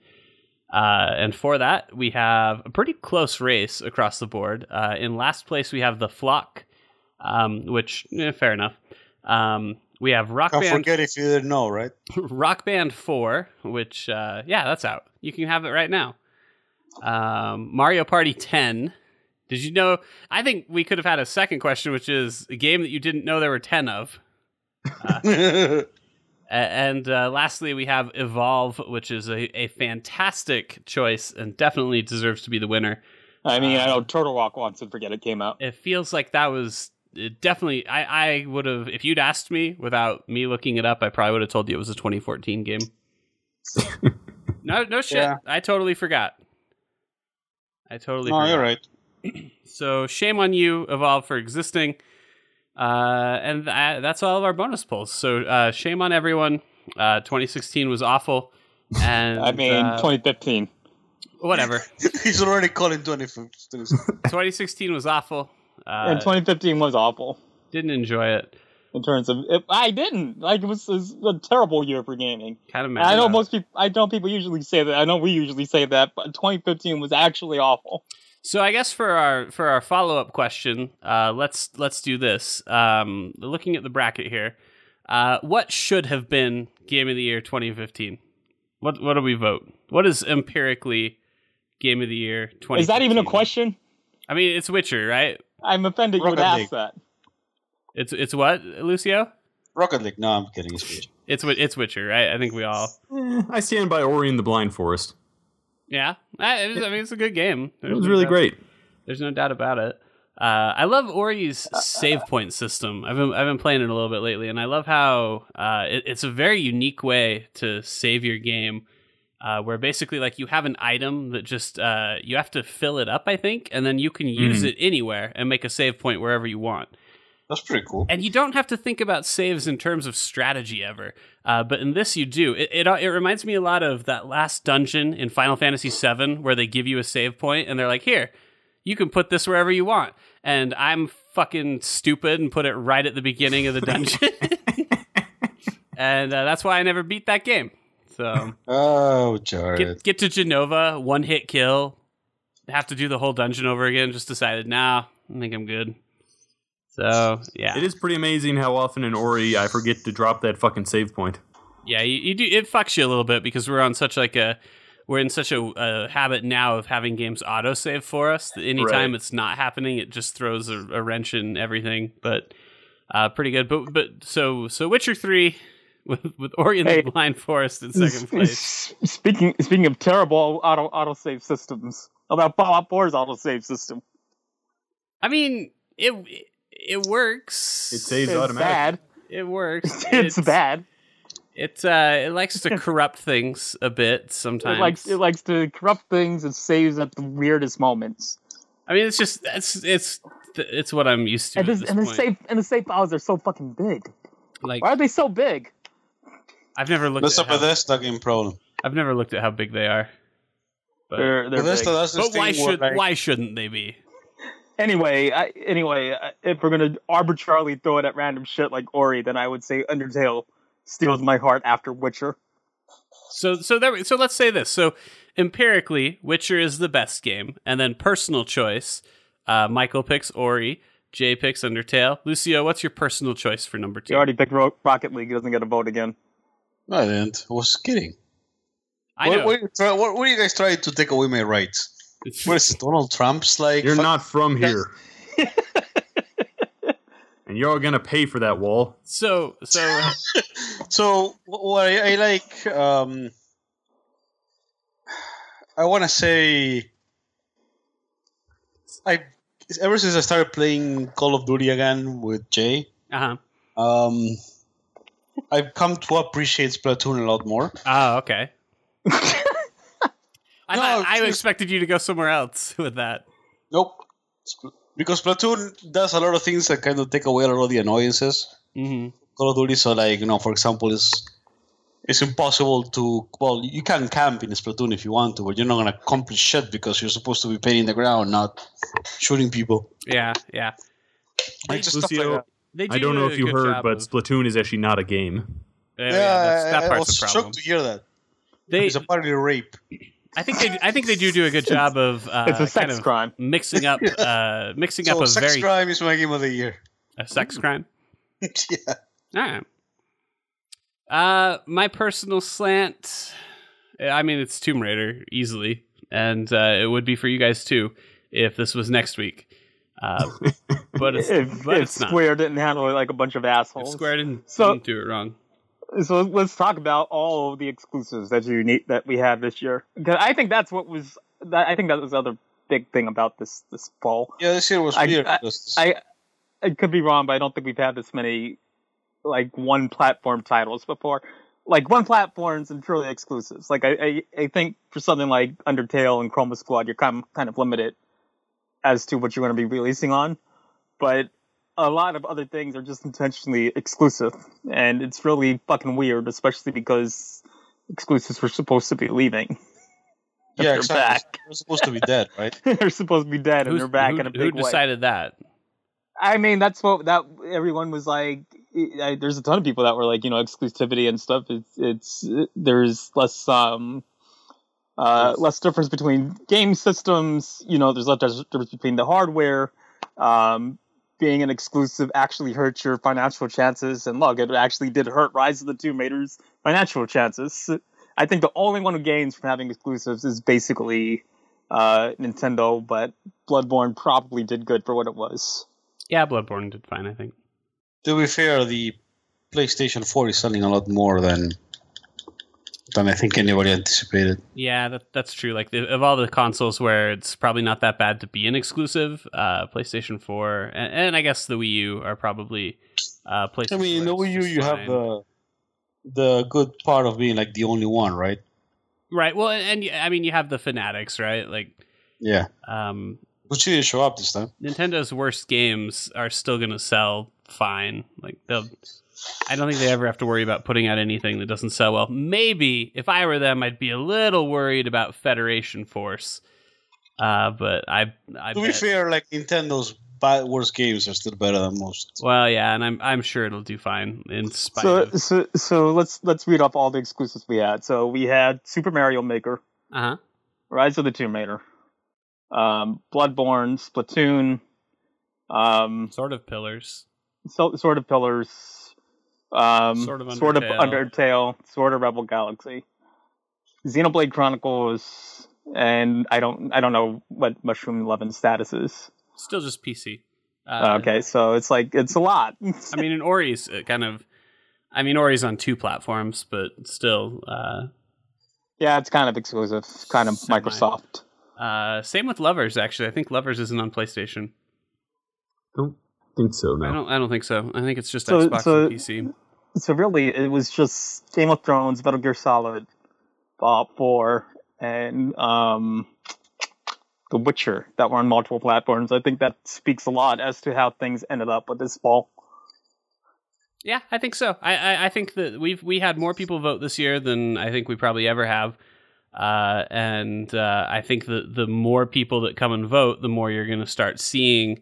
Uh, and for that, we have a pretty close race across the board. Uh, in last place, we have The Flock, um, which, eh, fair enough. Um, we have Rock Can't Band forget if you didn't know, right? Rock Band 4, which, uh, yeah, that's out. You can have it right now. Um, Mario Party 10. Did you know? I think we could have had a second question, which is a game that you didn't know there were 10 of. A- And uh, lastly, we have Evolve, which is a, a fantastic choice and definitely deserves to be the winner. I mean, I know Turtle Rock wants to forget it came out. It feels like that was it definitely. I, I would have, if you'd asked me without me looking it up, I probably would have told you it was a 2014 game. no, no shit. Yeah. I totally forgot. I totally no, forgot. you're right. So shame on you, Evolve, for existing. Uh, and tha- that's all of our bonus pulls. So uh, shame on everyone. Uh, 2016 was awful. And I mean, uh, 2015. whatever. He's already calling 25th. 2016 was awful. Uh, and 2015 was awful didn't enjoy it. in terms of. It, I didn't like it was, it was a terrible year for gaming. Kind of mad. And I know about it. most people. I know people usually say that. I know we usually say that, but 2015 was actually awful. So I guess for our for our follow up question, uh, let's let's do this. Um, looking at the bracket here, uh, what should have been game of the year 2015? What what do we vote? What is empirically game of the year 2015? Is that even a question? I mean, it's Witcher, right? I'm offended you would Rocket ask League. that. It's it's what Lucio? Rocket League. No, I'm kidding. It's good. It's Wi- it's Witcher, right? I think we all. Eh, I stand by Ori and the Blind Forest. Yeah, I, I mean it's a good game. It was really great. There's no doubt about it. Uh, I love Ori's save point system. I've been I've been playing it a little bit lately, and I love how uh, it, it's a very unique way to save your game, uh, where basically like you have an item that just uh, you have to fill it up, I think, and then you can use Mhm. it anywhere and make a save point wherever you want. That's pretty cool. and you don't have to think about saves in terms of strategy ever. Uh, but in this, you do. It, it it reminds me a lot of that last dungeon in Final Fantasy VII where they give you a save point and they're like, "Here, you can put this wherever you want." And I'm fucking stupid and put it right at the beginning of the dungeon, and uh, that's why I never beat that game. So Oh, Jared. get get to Genova, one hit kill. Have to do the whole dungeon over again. Just decided, nah, I think I'm good. So yeah, It is pretty amazing how often in Ori I forget to drop that fucking save point. Yeah, you, you do. It fucks you a little bit because we're on such like a we're in such a, a habit now of having games autosave for us that anytime Right. it's not happening, it just throws a, a wrench in everything. But uh, pretty good. But but so so Witcher three with with Ori and Hey. the Blind Forest in second place. Speaking speaking of terrible auto autosave systems, about Fallout 4's autosave system. I mean it it works. It saves It's automatically. bad. it works. It's, bad. It's uh it likes to corrupt things a bit sometimes. It likes it likes to corrupt things and saves at the weirdest moments. I mean it's just that's it's it's what I'm used to. And, at this, this and the point. save and the save files are so fucking big. like Why are they so big? I've never looked. That's a at how, Bethesda game problem. I've never looked at how big they are. But- They're, they're big. Bethesda does this But why thing where, should like, why shouldn't they be? Anyway, I, anyway, I- if we're gonna arbitrarily throw it at random shit like Ori, then I would say Undertale steals my heart after Witcher. So so there, so let's say this. So empirically, Witcher is the best game, and then personal choice. Uh, Michael picks Ori. Jay picks Undertale. Lucio, what's your personal choice for number two? You already picked Ro- Rocket League. He doesn't get a vote again. No, I didn't. I was kidding. I What- know. What, are you try- what, what are you guys trying to take away my rights? What is it, Donald Trump's like? You're fuck- not from here. and you're all gonna pay for that wall. so so So wh- what I, I like, um, I want to say, I ever since I started playing Call of Duty again with Jay, uh-huh. um, I've come to appreciate Splatoon a lot more. Oh, okay. I No, thought I it's- expected you to go somewhere else with that. Nope, Spl- because Splatoon does a lot of things that kind of take away a lot of the annoyances. Mm-hmm. Call of Duty, so like you know, for example, is it's impossible to well, you can camp in Splatoon if you want to, but you're not gonna accomplish shit because you're supposed to be painting the ground, not shooting people. Yeah, yeah. Like just stuff Lucio, like They do I don't know a if you good heard, job but of- Splatoon is actually not a game. yeah, that. yeah, that's, I- that I part's was the problem. shocked to hear that. They, It's apparently rape. I think they, I think they do do a good job of uh, It's a kind sex of crime. mixing up, uh, mixing So up a sex very crime is my game of the year. a sex crime. yeah. All right. Uh, my personal slant. eh, I mean, it's Tomb Raider easily, and uh, it would be for you guys too if this was next week. Uh, but it's, If, but if it's not. Square didn't handle it like a bunch of If assholes. Square didn't, So- didn't do it wrong. So let's talk about all of the exclusives that you need that we had this year. 'Cause I think that's what was. That, I think that was the other big thing about this this fall. Yeah, this year was I- weird. I- because- I I could be wrong, but I don't think we've had this many like one platform titles before. Like one platforms and truly exclusives. Like I, I, I think for something like Undertale and Chroma Squad, you're kind of, kind of limited as to what you're going to be releasing on. But a lot of other things are just intentionally exclusive, and it's really fucking weird, especially because exclusives were supposed to be leaving. yeah, they're exactly. You're supposed to be dead, right? they're supposed to be dead, and Who's- they're back who, in a big who way. decided that? I mean, that's what that everyone was like. eh, I, there's a ton of people that were like, you know, exclusivity and stuff. It's it's there's less um uh less difference between game systems. You know, there's less difference between the hardware. Um, being an exclusive actually hurts your financial chances, and look, it actually did hurt Rise of the Tomb Raider's financial chances. I think the only one who gains from having exclusives is basically uh, Nintendo, but Bloodborne probably did good for what it was. Yeah, Bloodborne did fine, I think. To be fair, the PlayStation 4 is selling a lot more than than I think anybody anticipated. Yeah, that, that's true. Like the, of all the consoles where it's probably not that bad to be an exclusive, uh, PlayStation Four and, and I guess the Wii U are probably uh, PlayStation. I mean, in the Four Wii is U, just you have fine. the the good part of being like the only one, right? right. Well, and, and I mean, you have the Fanatics, right? Like, Yeah. um, Which didn't show up this time. Nintendo's worst games are still going to sell fine. Like they'll. I don't think they ever have to worry about putting out anything that doesn't sell well. Maybe if I were them, I'd be a little worried about Federation Force. Uh, but I, I to be bet- fair, like Nintendo's bad, worst games are still better than most. Well, yeah, and I'm I'm sure it'll do fine in spite So, of. so so let's let's read up all the exclusives we had. So we had Super Mario Maker, Uh huh. Rise of the Tomb Raider, um, Bloodborne, Splatoon, um, Sort of pillars. so, Sword of Pillars, um, Sword of Sword of Undertale. Undertale, Sword of Rebel Galaxy, Xenoblade Chronicles, and I don't I don't know what Mushroom Eleven status is. Still just PC. Uh, Oh, Okay, so it's like it's a lot. I mean, and Ori's uh, kind of. I mean, Ori's on two platforms, but still. Uh, yeah, it's kind of exclusive, kind of Semi. Microsoft. uh, same with Lovers. Actually, I think Lovers isn't on PlayStation. Don't think so. I No. don't. I don't think so. I think it's just So- Xbox so- and PC. so really it was just Game of Thrones, Metal Gear Solid, Fallout 4, and um, The Witcher that were on multiple platforms. I think that speaks a lot as to how things ended up with this fall. Yeah, I think so. I, I, I think that we've we had more people vote this year than I think we probably ever have. Uh, and uh, I think that the more people that come and vote, the more you're going to start seeing,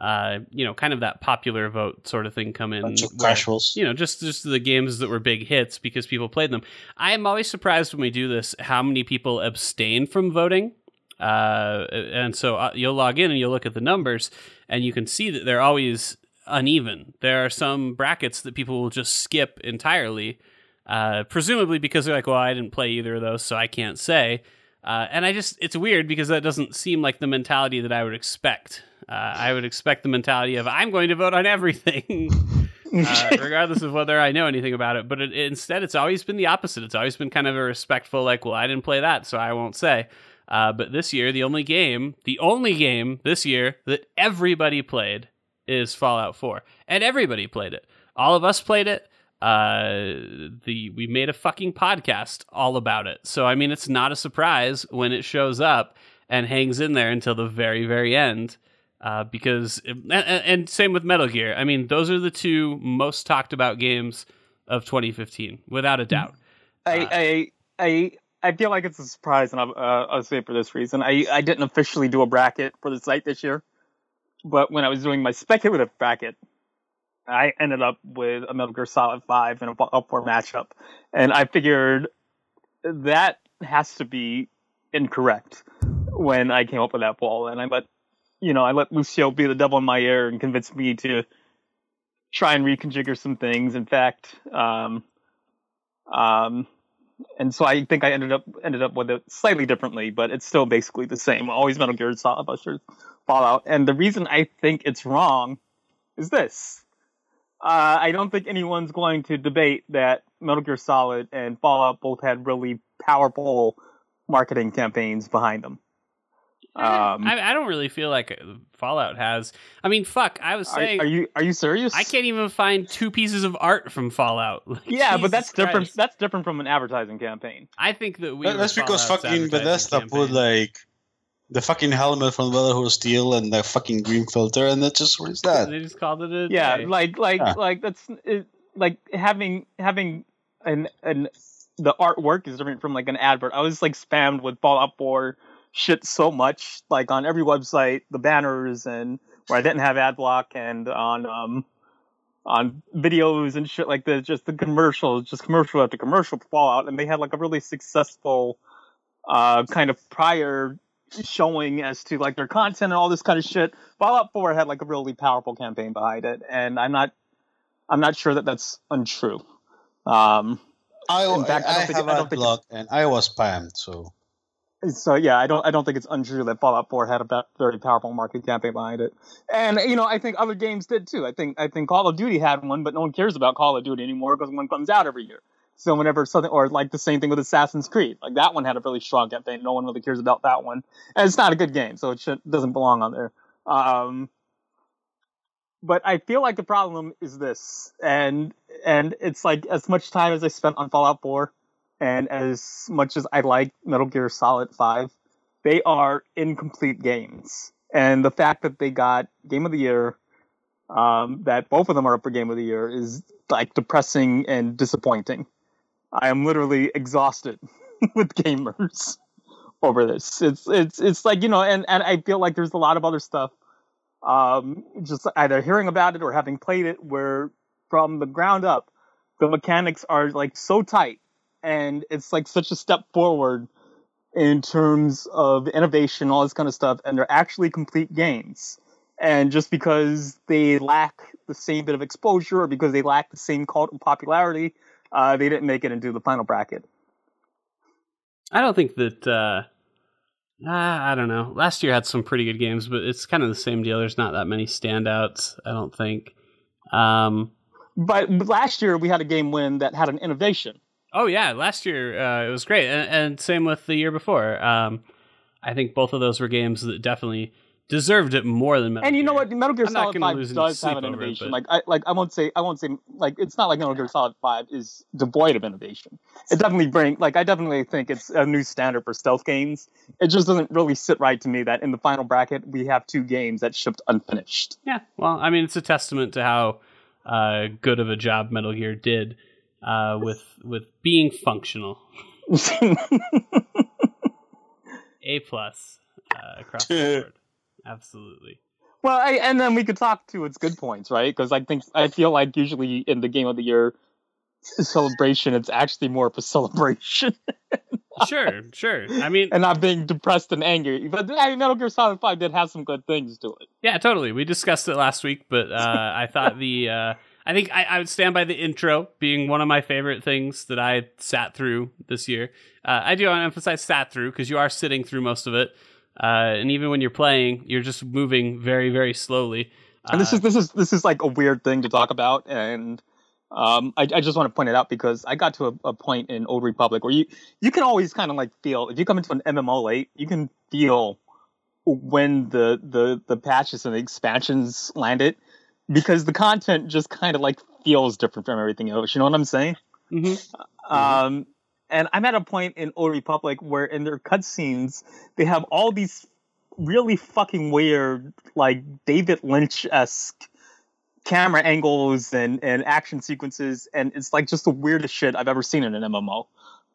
uh, you know, kind of that popular vote sort of thing come in. Bunch of where- casuals. you know, just just the games that were big hits because people played them. I am always surprised when we do this how many people abstain from voting. Uh, and so uh, you'll log in and you'll look at the numbers, and you can see that they're always uneven. There are some brackets that people will just skip entirely, uh, presumably because they're like, "Well, I didn't play either of those, so I can't say." Uh, and I just, it's weird because that doesn't seem like the mentality that I would expect. Uh, I would expect the mentality of, I'm going to vote on everything. uh, regardless of whether I know anything about it. But it, instead, it's always been the opposite. It's always been kind of a respectful, like, well, I didn't play that, so I won't say. Uh, but this year, the only game, the only game this year that everybody played is Fallout 4, and everybody played it. All of us played it. Uh, the we made a fucking podcast all about it. So I mean, it's not a surprise when it shows up and hangs in there until the very, very end uh, because and, and same with Metal Gear. I mean, those are the two most talked about games of 2015, without a Mm-hmm. doubt. I, I, I, I feel like it's a surprise, and I'll, uh, I'll say it for this reason. I, I didn't officially do a bracket for the site this year, but when I was doing my speculative bracket, I ended up with a Metal Gear Solid 5 and a Fallout 4 matchup. And I figured that has to be incorrect when I came up with that poll. And I let, you know, I let Lucio be the devil in my ear and convince me to try and reconfigure some things. In fact, um, um, and so I think I ended up ended up with it slightly differently, but it's still basically the same. Always Metal Gear Solid Buster Fallout, and the reason I think it's wrong is this: uh, I don't think anyone's going to debate that Metal Gear Solid and Fallout both had really powerful marketing campaigns behind them. Um, I, I don't really feel like uh, Fallout has. I mean, fuck. I was are, saying are you are you serious? I can't even find two pieces of art from Fallout. Like, Yeah, Jesus but that's different. Christ. That's different from an advertising campaign. I think that we. That- were That's because Fallout's fucking advertising Bethesda put campaign. like the fucking helmet from Brotherhood of Steel and the fucking green filter, and that just what is that? They just called it a yeah day. like like Yeah. like that's it, like having having an an the artwork is different from like an advert i was like spammed with fallout 4 shit so much like on every website the banners and where i didn't have ad block and on um on videos and shit like this just the commercials just commercial after commercial for fallout and they had like a really successful uh kind of prior showing as to like their content and all this kind of shit Fallout 4 had like a really powerful campaign behind it, and I'm not, I'm not sure that that's untrue. Um, I, In fact, I I, don't think- have I don't ad think- block, and I was spammed, so so yeah, I don't, I don't think it's untrue that Fallout 4 had a ba- very powerful marketing campaign behind it, and you know, I think other games did too. I think, I think Call of Duty had one, but no one cares about Call of Duty anymore because one comes out every year. So whenever something, or like the same thing with Assassin's Creed, like that one had a really strong campaign. No one really cares about that one, and it's not a good game, so it should, doesn't belong on there. Um, but I feel like the problem is this, and and it's like as much time as I spent on Fallout 4, and as much as I like Metal Gear Solid 5, they are incomplete games, and the fact that they got Game of the Year, um, that both of them are up for Game of the Year is like depressing and disappointing. I am literally exhausted with gamers over this. It's it's it's like you know, and and I feel like there's a lot of other stuff, um, just either hearing about it or having played it, where from the ground up, the mechanics are like so tight, and it's like such a step forward in terms of innovation, all this kind of stuff, and they're actually complete games. And just because they lack the same bit of exposure or because they lack the same cult and popularity, uh, they didn't make it into the final bracket. I don't think that. Uh, ah, I don't know. Last year had some pretty good games, but it's kind of the same deal. There's not that many standouts. I don't think. Um, But last year we had a game win that had an innovation. oh yeah, last year uh, it was great, and, and same with the year before. Um, I think both of those were games that definitely deserved it more than. Metal And you know Gear. what? Metal Gear I'm not Solid gonna lose Five any does have sleep an over it, innovation. but- like I like I won't say I won't say like it's not like Metal Gear Solid Five is devoid of innovation. It definitely bring like I definitely think it's a new standard for stealth games. It just doesn't really sit right to me that in the final bracket we have two games that shipped unfinished. Yeah, well, I mean, it's a testament to how uh, good of a job Metal Gear did uh, with with being functional. A plus uh, across the board, absolutely. Well, I, and then we could talk to its good points, right? Because I think I feel like usually in the game of the year celebration, it's actually more of a celebration Sure, sure. I mean, and not being depressed and angry. But I mean, Metal Gear Solid Five did have some good things to it. yeah, totally. We discussed it last week, but uh, I thought the uh, I think I, I would stand by the intro being one of my favorite things that I sat through this year. Uh, I do want to emphasize sat through because you are sitting through most of it, uh, and even when you're playing, you're just moving very, very slowly. And this Uh, is this is this is like a weird thing to talk about, and um, I, I just want to point it out because I got to a, a point in Old Republic where you you can always kind of like feel if you come into an MMO late, you can feel when the the the patches and the expansions landed because the content just kind of like feels different from everything else. You know what I'm saying? mhm. Um, and I'm at a point in Old Republic where in their cutscenes they have all these really fucking weird, like David Lynch esque camera angles and and action sequences, and it's like just the weirdest shit I've ever seen in an MMO.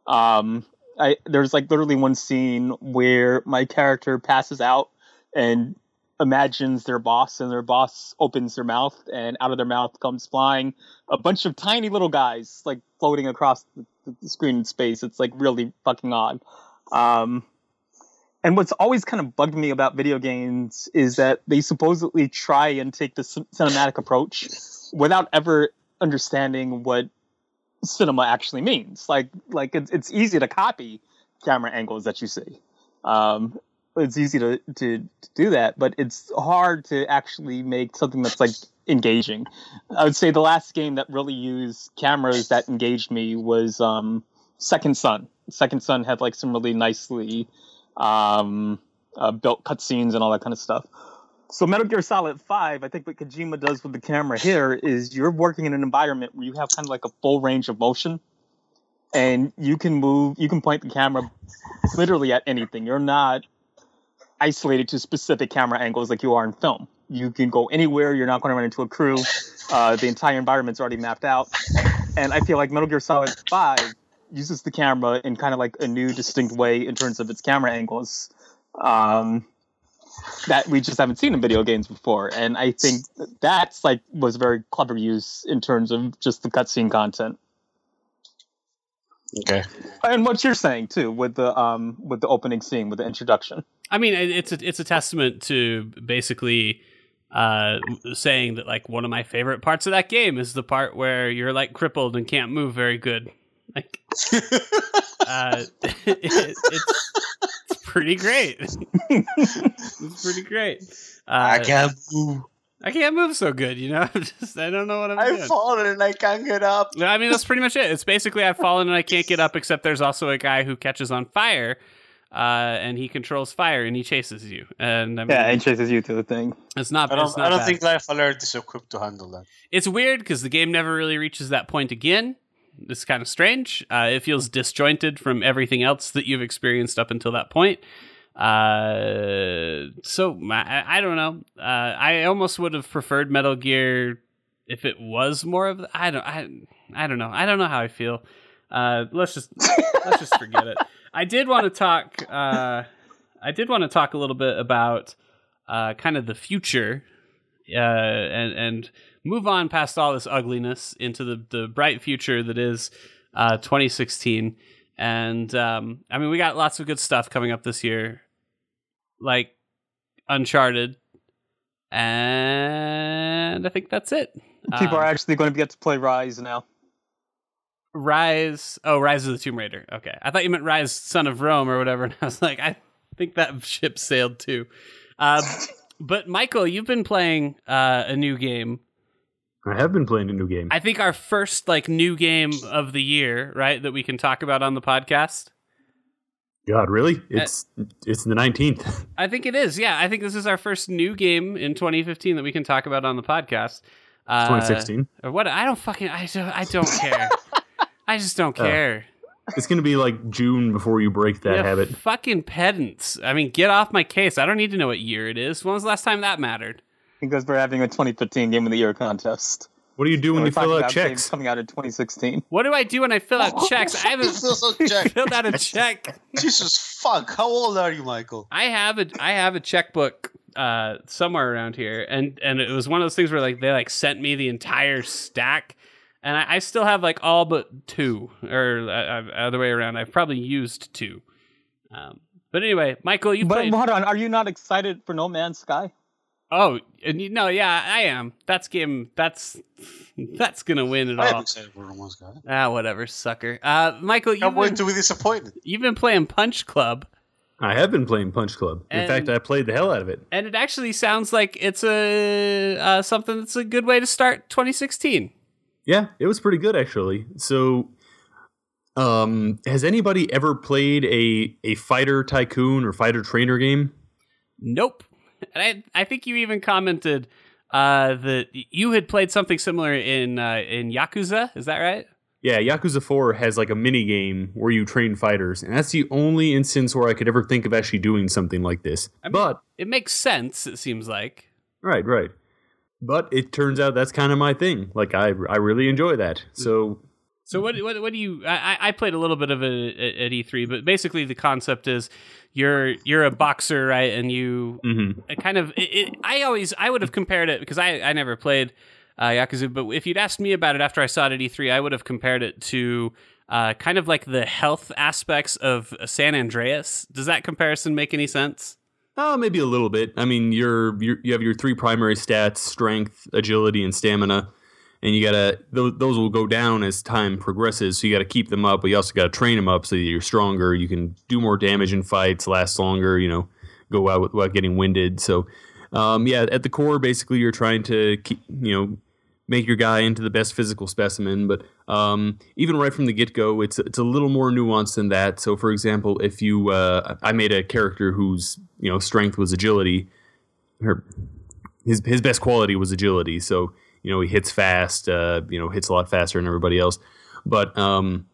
Um, I there's like literally one scene where my character passes out and imagines their boss and their boss opens their mouth and out of their mouth comes flying a bunch of tiny little guys like floating across the, the screen in space. It's like really fucking odd. Um, and what's always kind of bugged me about video games is that they supposedly try and take the cin- cinematic approach without ever understanding what cinema actually means. Like, like it's, it's easy to copy camera angles that you see. Um, it's easy to, to, to do that, but it's hard to actually make something that's like engaging. I would say the last game that really used cameras that engaged me was um, Second Son. Second Son had like some really nicely um, uh, built cutscenes and all that kind of stuff. So Metal Gear Solid Five, I think what Kojima does with the camera here is you're working in an environment where you have kind of like a full range of motion, and you can move, you can point the camera literally at anything. You're not isolated to specific camera angles like you are in film. You can go anywhere. You're not going to run into a crew. Uh, the entire environment's already mapped out. And I feel like Metal Gear Solid 5 uses the camera in kind of like a new, distinct way in terms of its camera angles um, that we just haven't seen in video games before. And I think that's like was very clever use in terms of just the cutscene content. Okay. And what you're saying too with the um, with the opening scene with the introduction. I mean, it- it's a, it's a testament to basically uh, saying that like one of my favorite parts of that game is the part where you're like crippled and can't move very good. Like, uh, it, it's, it's pretty great. it's pretty great. Uh, I I, can't. can't move. move so good, you know. I'm just I don't know what I'm I've doing. fallen and I can't get up. No, I mean that's pretty much it. It's basically I've fallen and I can't get up. Except there's also a guy who catches on fire, uh, and he controls fire and he chases you. And I mean, Yeah, and chases you to the thing. it's not. I don't. it's not I don't bad. think Life Alert is equipped to handle that. it's weird because the game never really reaches that point again. It's kind of strange. Uh, it feels disjointed from everything else that you've experienced up until that point. Uh, so I, I don't know. Uh, I almost would have preferred Metal Gear if it was more of. The, I don't. I I don't know. I don't know how I feel. Uh, let's just let's just forget it. I did want to talk. Uh, I did want to talk a little bit about uh, kind of the future, uh, and and move on past all this ugliness into the the bright future that is uh, 2016. And um, I mean, we got lots of good stuff coming up this year, like Uncharted, and I think that's it. People are Um, actually going to get to play Rise now. Rise. Oh, Rise of the Tomb Raider. Okay, I thought you meant Rise, Son of Rome, or whatever. And I was like, I think that ship sailed too. Um, but Michael, you've been playing uh, a new game. I have been playing a new game. I think our first like new game of the year, right? That we can talk about on the podcast. God, really? It's it's the nineteenth. I think it is. Yeah, I think this is our first new game in 2015 that we can talk about on the podcast. Uh, Twenty sixteen. or what? I don't fucking. I don't. I don't care. I just don't Oh. care. It's gonna be like June before you break that Yeah, habit. Fucking pedants. I mean, get off my case. I don't need to know what year it is. When was the last time that mattered? Because we're having a 2015 Game of the Year contest. What do you do when We're you talking fill out about games checks? coming out in 2016. What do I do when I fill out checks? I haven't Jack, filled out a check. Jesus fuck, how old are you, Michael? I have a I have a checkbook uh, somewhere around here, and and it was one of those things where like they like sent me the entire stack, and I, I still have like all but two, or uh, uh, other way around. I've probably used two. Um, but anyway, Michael, you But played. hold on, are you not excited for No Man's Sky? Oh and you- no, yeah, I am. That's game. That's that's gonna win it I am all. excited for Ramon's guy. Ah, whatever, sucker. Uh, Michael, I'm you've going been, to be disappointed. you've been playing Punch Club, I have been playing Punch Club. In And- fact, I played the hell out of it. and it actually sounds like it's a uh, something that's a good way to start 2016. Yeah, it was pretty good actually. So, um, has anybody ever played a a fighter tycoon or fighter trainer game? Nope. And I, I think you even commented uh, that you had played something similar in uh, in Yakuza. Is that right? Yeah, Yakuza 4 has like a mini game where you train fighters, and that's the only instance where I could ever think of actually doing something like this. I mean- but It makes sense. It seems like. right, right. But it turns out that's kind of my thing. Like I, I really enjoy that. So So what what what do you? I, I- I played a little bit of it at- at E3, but basically the concept is you're you're a boxer, right? And you mhm. uh, kind of it, it, I always I would have compared it because I I never played uh, Yakuza, but if you'd asked me about it after I saw it at E3, I would have compared it to. Uh, kind of like the health aspects of San Andreas. Does that comparison make any sense? oh, maybe a little bit. I mean, you're, you're you have your three primary stats: strength, agility, and stamina. And you gotta those, those will go down as time progresses. So you gotta keep them up, but you also gotta train them up so that you're stronger. You can do more damage in fights, last longer. You know, go out without getting winded. So, um, yeah, at the core, basically, you're trying to keep, you know make your guy into the best physical specimen. But um, even right from the get go, it's it's a little more nuanced than that. So, for example, if you uh, I made a character whose you know strength was agility, her his his best quality was agility. So you know he hits fast, uh, you know hits a lot faster than everybody else. But um,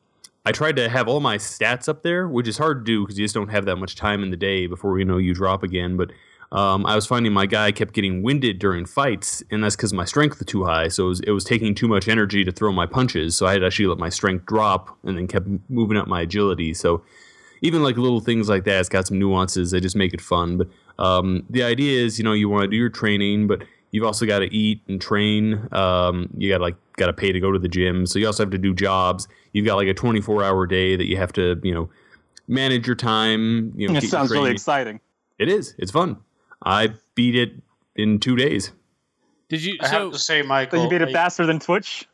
I tried to have all my stats up there, which is hard to do because you just don't have that much time in the day before you know you drop again. But um, I was finding my guy kept getting winded during fights, and that's because my strength was too high. So it was, it was taking too much energy to throw my punches. So I had to actually let my strength drop, and then kept m- moving up my agility. So even like little things like that, it's got some nuances that just make it fun. But um, the idea is, you know, you want to do your training, but you've also got to eat and train. Um, you got like got to pay to go to the gym, so you also have to do jobs. You've got like a 24 hour day that you have to, you know, manage your time. You know, It get your sounds really training. exciting. It is. It's fun. I beat it in two days. Did you? I have So to say, So Michael. you beat I- it faster than Twitch?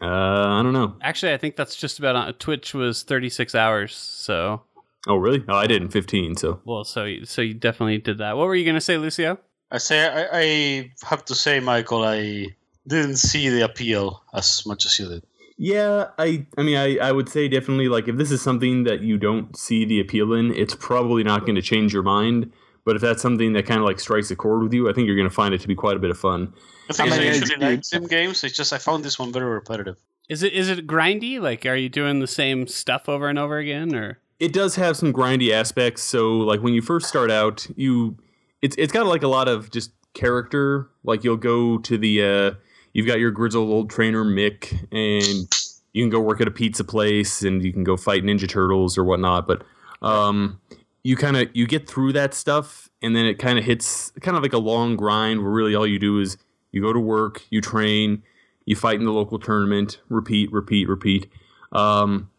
Uh, I don't know. actually, I think that's just about on. Twitch was thirty six hours. So Oh, really? Oh, I did in 15. So well, so you- so you definitely did that. What were you gonna say, Lucio? I say I, I have to say, Michael, I didn't see the appeal as much as you did. yeah, I. I mean, I. I would say definitely like if this is something that you don't see the appeal in, it's probably not going to change your mind. But if that's something that kind of like strikes a chord with you, I think you're going to find it to be quite a bit of fun. I think How I many usually did you- like sim games. It's just I found this one very repetitive. Is it is it grindy? Like, are you doing the same stuff over and over again, or it does have some grindy aspects. So like when you first start out, you it's it's got like a lot of just character. Like you'll go to the uh, you've got your grizzled old trainer Mick, and you can go work at a pizza place, and you can go fight Ninja Turtles or whatnot. But um, you kind of you get through that stuff, and then it kind of hits kind of like a long grind where really all you do is you go to work, you train, you fight in the local tournament, repeat, repeat, repeat. Um,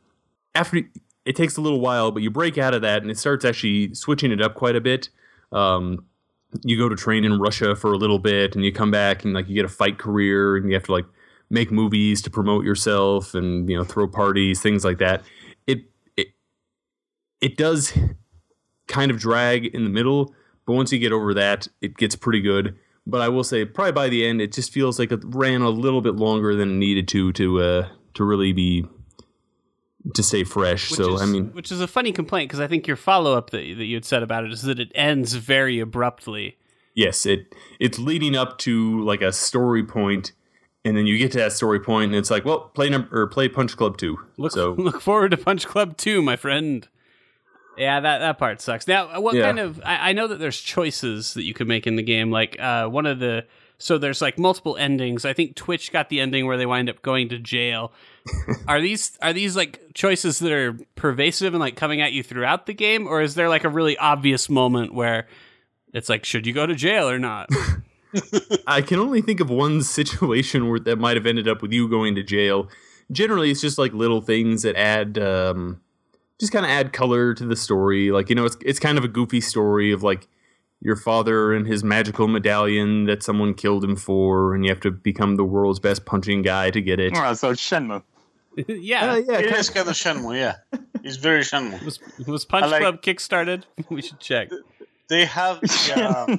after it takes a little while, but you break out of that and it starts actually switching it up quite a bit. Um, you go to train in Russia for a little bit and you come back and like you get a fight career and you have to like make movies to promote yourself and you know throw parties, things like that. It it it does kind of drag in the middle, but once you get over that, it gets pretty good. But I will say, probably by the end, it just feels like it ran a little bit longer than it needed to to uh, to really be to stay fresh. Which so is, I mean, which is a funny complaint because I think your follow up that, that you had said about it is that it ends very abruptly. yes it it's leading up to like a story point and then you get to that story point and it's like well play number or play punch club 2 Look, so look forward to Punch Club 2, my friend. Yeah, that, that part sucks. Now, uh, what Yeah. kind of. I, I know that there's choices that you could make in the game. Like, uh, one of the. So there's like multiple endings. I think Twitch got the ending where they wind up going to jail. are these are these like choices that are pervasive and like coming at you throughout the game, or is there like a really obvious moment where it's like should you go to jail or not? i can only think of one situation where that might have ended up with you going to jail generally it's just like little things that add um just kind of add color to the story like you know it's it's kind of a goofy story of like your father and his magical medallion that someone killed him for and you have to become the world's best punching guy to get it All right, so it's Shenmue. yeah, Uh, yeah It kind is kind of Shenmue, yeah. It's very Shenmue. was was Punch I like- Club kickstarted? we should check. They have the, uh,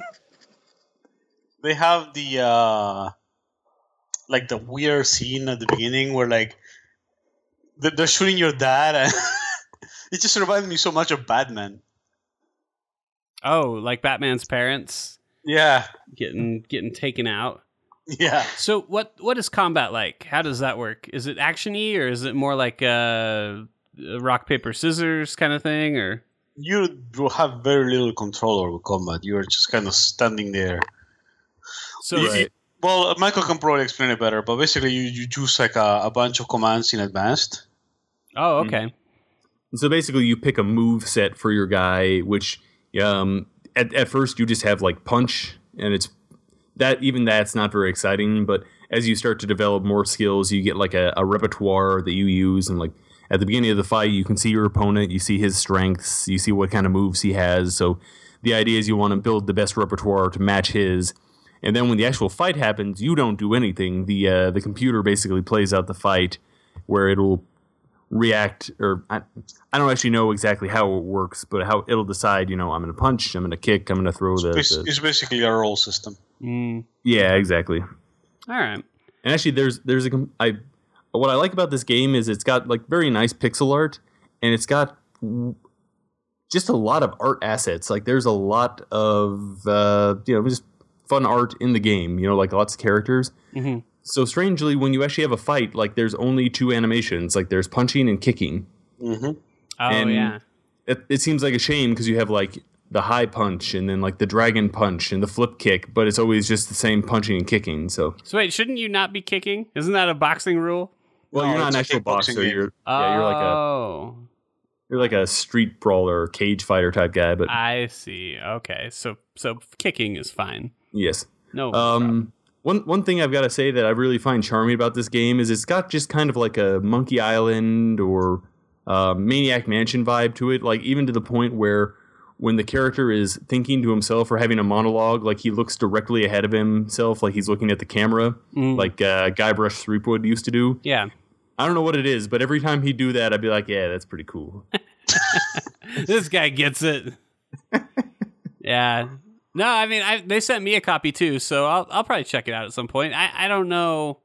they have the uh, like the weird scene at the beginning where like they- they're shooting your dad, and it just reminded me so much of Batman. Oh, like Batman's parents Yeah, getting getting taken out. yeah. So what what is combat like? How does that work? Is it actiony or is it more like uh, a rock paper scissors kind of thing? Or You do have very little control over combat. You are just kind of standing there. so of- Right. right. Well, Michael can probably explain it better, but basically, you, you choose like a, a bunch of commands in advance. oh Mm-hmm. okay So basically, you pick a move set for your guy, which um, at at first you just have like punch, and it's that even that's not very exciting. But as you start to develop more skills, you get like a, a repertoire that you use, and like at the beginning of the fight, you can see your opponent, you see his strengths, you see what kind of moves he has. So the idea is you want to build the best repertoire to match his. And then when the actual fight happens, you don't do anything. The uh, the computer basically plays out the fight, where it'll react or I, I don't actually know exactly how it works, but how it'll decide, you know, I'm going to punch, I'm going to kick, I'm going to throw the, It's, the it's basically a roll system. Mm. Yeah, exactly. all right. And actually there's there's a com- I what I like about this game is it's got like very nice pixel art and it's got w- just a lot of art assets. Like there's a lot of uh, you know, just fun art in the game, you know, like lots of characters. Mhm. So strangely, when you actually have a fight, like there's only two animations, like there's punching and kicking. hmm Oh And- yeah. it, it seems like a shame because you have like the high punch and then like the dragon punch and the flip kick, but it's always just the same punching and kicking. So, So wait, shouldn't you not be kicking? Isn't that a boxing rule? well, No, you're not it's an a actual kickboxing boxer. game. You're yeah, you're like a oh, you're like a street brawler, cage fighter type guy. But I see. Okay, so so kicking is fine. yes, No. problem. um, one one thing I've got to say that I really find charming about this game is it's got just kind of like a Monkey Island or uh, Maniac Mansion vibe to it. Like even to the point where when the character is thinking to himself or having a monologue, like he looks directly ahead of himself, like he's looking at the camera. Mm. like uh, Guybrush Threepwood used to do. yeah. I don't know what it is, but every time he'd do that, I'd be like, "Yeah, that's pretty cool." this guy gets it. yeah. No, I mean, I, they sent me a copy too, so I'll, I'll probably check it out at some point. I, I don't know.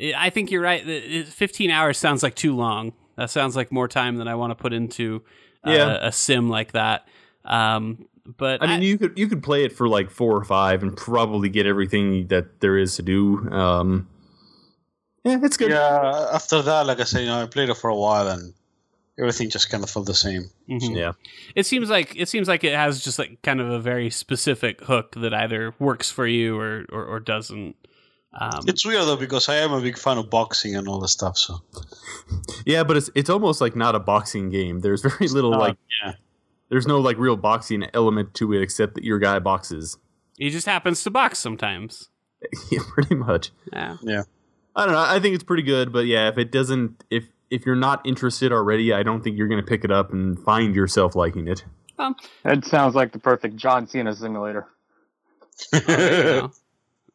I I think you're right. that it- 15 hours sounds like too long. That sounds like more time than I want to put into uh, Yeah. a sim like that. Um, but I mean, you could you could play it for like four or five and probably get everything that there is to do. Um, yeah, it's good. Yeah, after that, like I said, you know, I played it for a while and everything just kind of felt the same. Mhm. Yeah. It seems like it seems like it has just like kind of a very specific hook that either works for you or or, or doesn't. Um, It's weird though because I am a big fan of boxing and all that stuff. So Yeah, but it's it's almost like not a boxing game. There's very little Uh, like yeah. There's no like real boxing element to it except that your guy boxes. he just happens to box sometimes. yeah, pretty much. Yeah. I don't know. I think it's pretty good, but yeah, if it doesn't if if you're not interested already, I don't think you're going to pick it up and find yourself liking it. That sounds like the perfect John Cena simulator. Oh, You know?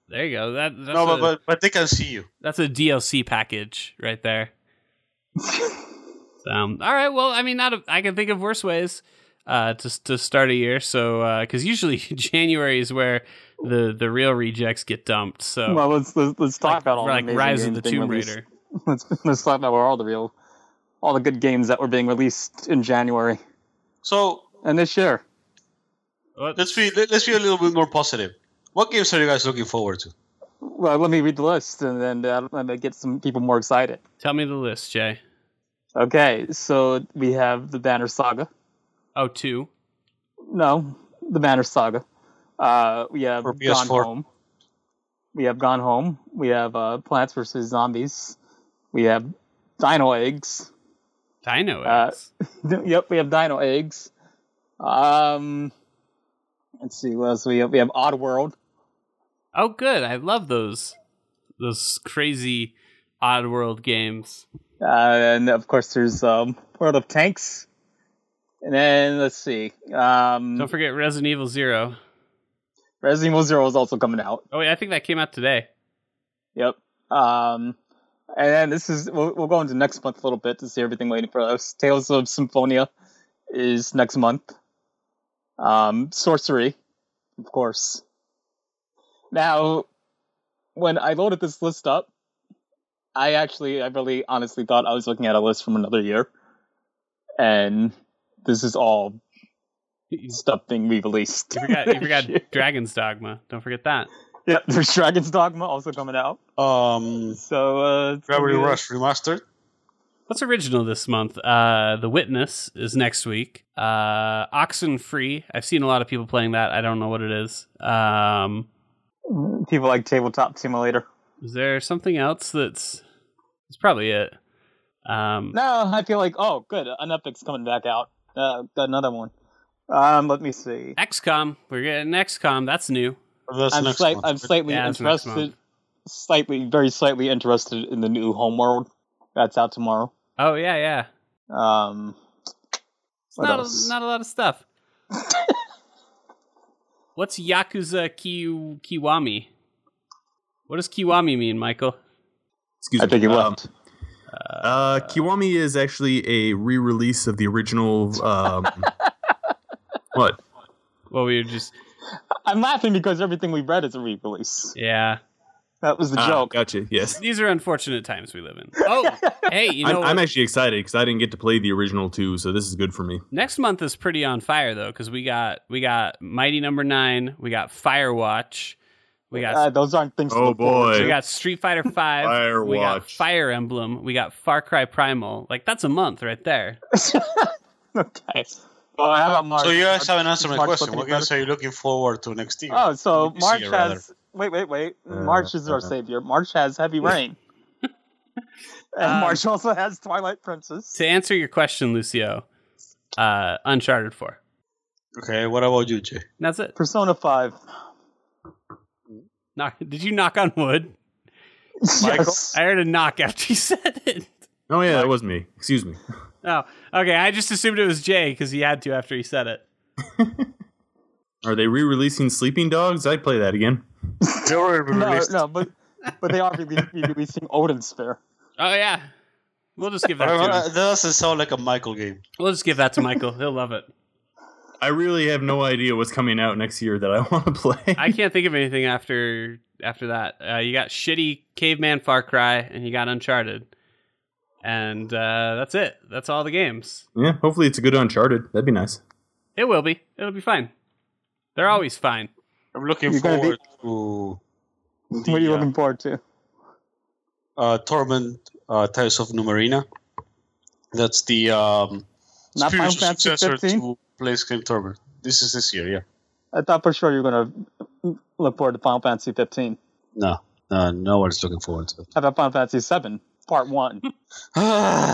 There you go. That that's, no, a, but, but but they can see you. that's a DLC package right there. Um, all right. Well, I mean, not a, I can think of worse ways uh, to to start a year. So because usually January is where the the real rejects get dumped. So well, let's let's, let's talk Oh. like, about all the like amazing Rise of games the being Tomb released. Raider. Let's let's talk about where all the real, all the good games that were being released in January So and this year. What? let's be let, us be a little bit more positive. What games are you guys looking forward to? Well, let me read the list and then uh, and then get some people more excited. Tell me the list, Jay. Okay, so we have the Banner Saga. Oh, two. No, the Banner Saga. Uh, we have For Gone PS4. Home. We have Gone Home. We have uh, Plants vs Zombies. We have Dino Eggs. Dino Uh, Eggs. yep, we have Dino Eggs. Um, let's see what else we have. We have Oddworld. oh, good. I love those those crazy Oddworld games. Uh, and of course, there's um, World of Tanks. And then let's see. Um, Don't forget Resident Evil Zero. Resident Evil Zero is also coming out. Oh wait, I think that came out today. Yep. Um, and then this is we'll, we'll go into next month a little bit to see everything waiting for us. Tales of Symphonia is next month. Um, Sorcery, of course. Now, when I loaded this list up, I actually, I really, honestly thought I was looking at a list from another year, and this is all You stuff being re-released. forgot, you forgot Dragon's Dogma. Don't forget that. yep, there's Dragon's Dogma also coming out. Um, So, uh, it's gonna Gravity be- Rush remastered. What's original this month? Uh, the Witness is next week. Uh, Oxen Free. I've seen a lot of people playing that. I don't know what it is. Um, people like tabletop simulator is there something else that's? It's probably it. Um, no i feel like oh good an epic's coming back out uh, got another one um let me see XCOM. We're getting XCOM. That's new. That's i'm, next slight, one. I'm slightly Yeah, it's next interested slightly very slightly interested in the new homeworld that's out tomorrow Oh yeah, yeah. um It's What not else? a, not a lot of stuff. What's Yakuza Ki- Kiwami? What does Kiwami mean, Michael? Excuse i me. think you Um, left Uh, Kiwami is actually a re-release of the original. Um, what? Well, we were just i'm laughing because everything we read is a re-release yeah. that was the Ah, joke Gotcha. Yes. These are unfortunate times we live in. Oh, hey, you know I'm, what? I'm actually excited because I didn't get to play the original two, so this is good for me. next month is pretty on fire though, because we got we got Mighty Number Nine, we got Firewatch, we got uh, those aren't things to Oh, look forward boy. to. we got Street Fighter Five, we got Firewatch. Fire Emblem, we got Far Cry Primal. Like that's a month right there. okay well how about March? so you guys haven't answered my March question. looking What better? games are you looking forward to next year? Oh, so This March year, rather. has. Wait, wait, wait. Uh, March is our uh. savior. March has heavy rain. and Um, March also has Twilight Princess. To answer your question, Lucio, uh, Uncharted Four. Okay, what about you, Jay? And That's it. Persona 5. Knock, did you knock on wood? yes. I heard a knock after you said it. Oh yeah, that was me. Excuse me. Oh, okay. I just assumed it was Jay because he had to after he said it. Are they re-releasing Sleeping Dogs? I'd play that again. They were No, released. no, but but they are rele- releasing Odin Sphere. Oh yeah, we'll just give that Whatever, to uh, him. That doesn't sound like a Michael game. We'll just give that to Michael. He'll love it. I really have no idea what's coming out next year that I want to play. I can't think of anything after after that. Uh, you got shitty caveman Far Cry, and you got Uncharted, and uh, that's it. That's all the games. yeah, hopefully it's a good Uncharted. That'd be nice. It will be. It'll be fine. They're always fine. I'm looking You're gonna forward to the, what are you uh, looking forward to? uh, Torment uh, Tales of Numerina. That's the um, Not Final spiritual Fantasy successor 15? to Blaze Game Torment. This is this year, yeah. I thought for sure you were going to look forward to Final Fantasy 15. No, no, no one's looking forward to it. How about Final Fantasy 7, Part 1?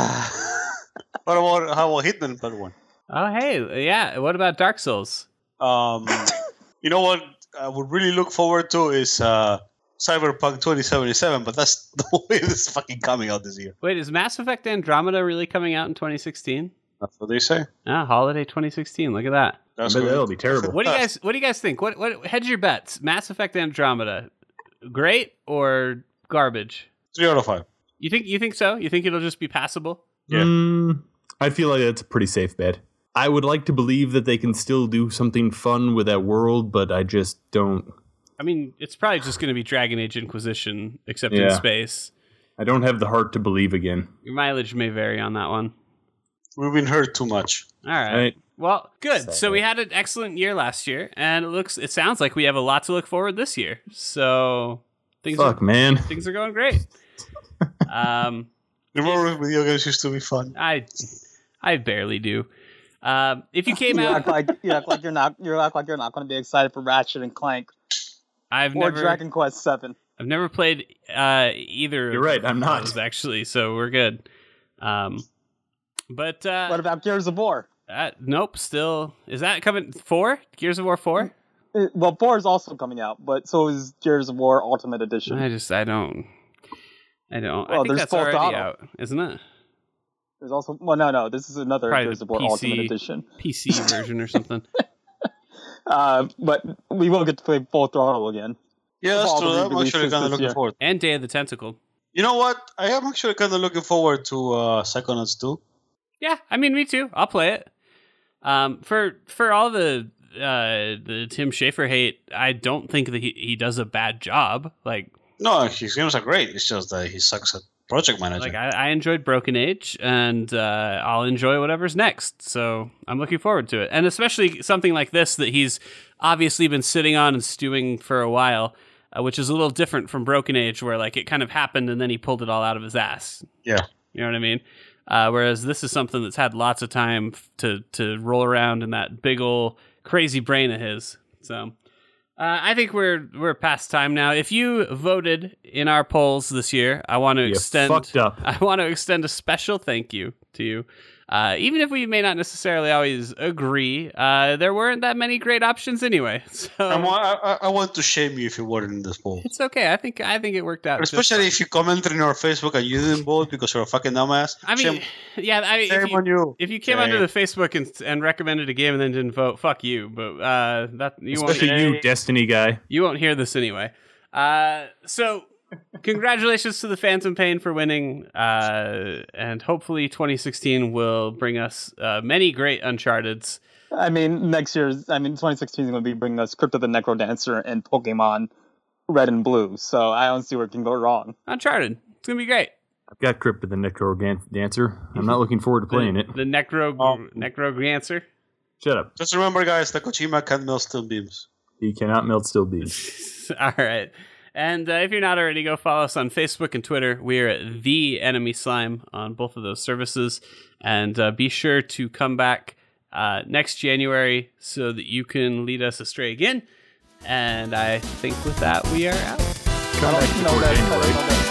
what about how about Hitman Part One? Oh, hey, yeah. What about Dark Souls? Um, you know what I would really look forward to is uh, Cyberpunk 2077, but that's the way this is fucking coming out this year. Wait, is Mass Effect Andromeda really coming out in 2016? That's what they say. Ah, holiday 2016. Look at that. That's I bet good. that'll be terrible. What do you guys? What do you guys think? What? What? Hedge your bets. Mass Effect Andromeda, great or garbage? Three out of five. You think? You think so? You think it'll just be passable? Yeah. Mm, I feel like that's a pretty safe bet. I would like to believe that they can still do something fun with that world, but I just don't. I mean, it's probably just going to be Dragon Age Inquisition, except in Yeah. space. I don't have the heart to believe again. Your mileage may vary on that one. We've been hurt too much. All right. Right? Well, good. So, So- we had an excellent year last year, and it looks, it sounds like we have a lot to look forward this year. So things Fuck, are man. things are going great. um, Remember when video games used to be fun? I I barely do. Um, if you came You out, act like you act like you're not you act like you're not going to be excited for Ratchet and Clank I've or never Dragon Quest Seven. I've never played uh, either. You're of right, I'm not. those, actually. So we're good. Um, but uh, What about Gears of War? Uh, nope, still. Is that coming? Four? Gears of War 4? Uh, Well, Four is also coming out, but so is Gears of War Ultimate Edition. I just, I don't. I don't. I Well, think there's that's Full already Throttle. out, isn't it? There's also well, no, no, this is another Probably Gears the of War PC. Ultimate Edition. PC version or something. Uh, but we will get to play Full Throttle again. Yeah, that's All true. the I'm actually re-releases kind this of looking year. forward. And Day of the Tentacle. You know what? I am actually kind of looking forward to uh, Psychonauts 2. Yeah, I mean, me too. I'll play it. Um, for for all the uh the Tim Schafer hate, I don't think that he, he does a bad job. Like No, his games are great. It's just that he sucks at project management. like I, I enjoyed Broken Age, and uh, I'll enjoy whatever's next. So I'm looking forward to it, and especially something like this that he's obviously been sitting on and stewing for a while, uh, which is a little different from Broken Age, where like it kind of happened and then he pulled it all out of his ass. Yeah. you know what I mean. Uh, whereas this is something that's had lots of time f- to to roll around in that big ol' crazy brain of his. So. Uh, I think we're we're past time now. If you voted in our polls this year, I want to You extend fucked up. I want to extend a special thank you to you. Uh, even if we may not necessarily always agree, uh, there weren't that many great options anyway. So I'm- I, I, I want to shame you if you weren't in this poll. it's okay. I think I think it worked out. just Especially fine. if you commented in our Facebook and you didn't vote because you're a fucking dumbass. I mean, shame, yeah. I mean, shame if you, on you. if you came Shame. onto the Facebook and, and recommended a game and then didn't vote, fuck you. But uh, that you won't Especially you, Destiny guy. You won't hear this anyway. Uh, so, congratulations to the Phantom Pain for winning, uh, and hopefully 2016 will bring us uh, many great Uncharted's. I mean, next year's. I mean, 2016 is going to be bringing us Crypt of the Necrodancer and Pokemon Red and Blue. So I don't see where it can go wrong. Uncharted, it's gonna be great. I've got Crypt of the Necro Gan- Dancer. I'm not looking forward to playing the, it. The Necro Oh. Necro answer. Shut up. Just remember, guys, that Kojima can melt steel beams. He cannot melt steel beams. All right. And uh, if you're not already, go follow us on Facebook and Twitter. We're at the Enemy Slime on both of those services, and uh, be sure to come back uh, next January so that you can lead us astray again. And I think with that, we are out. I don't know that- I don't know that.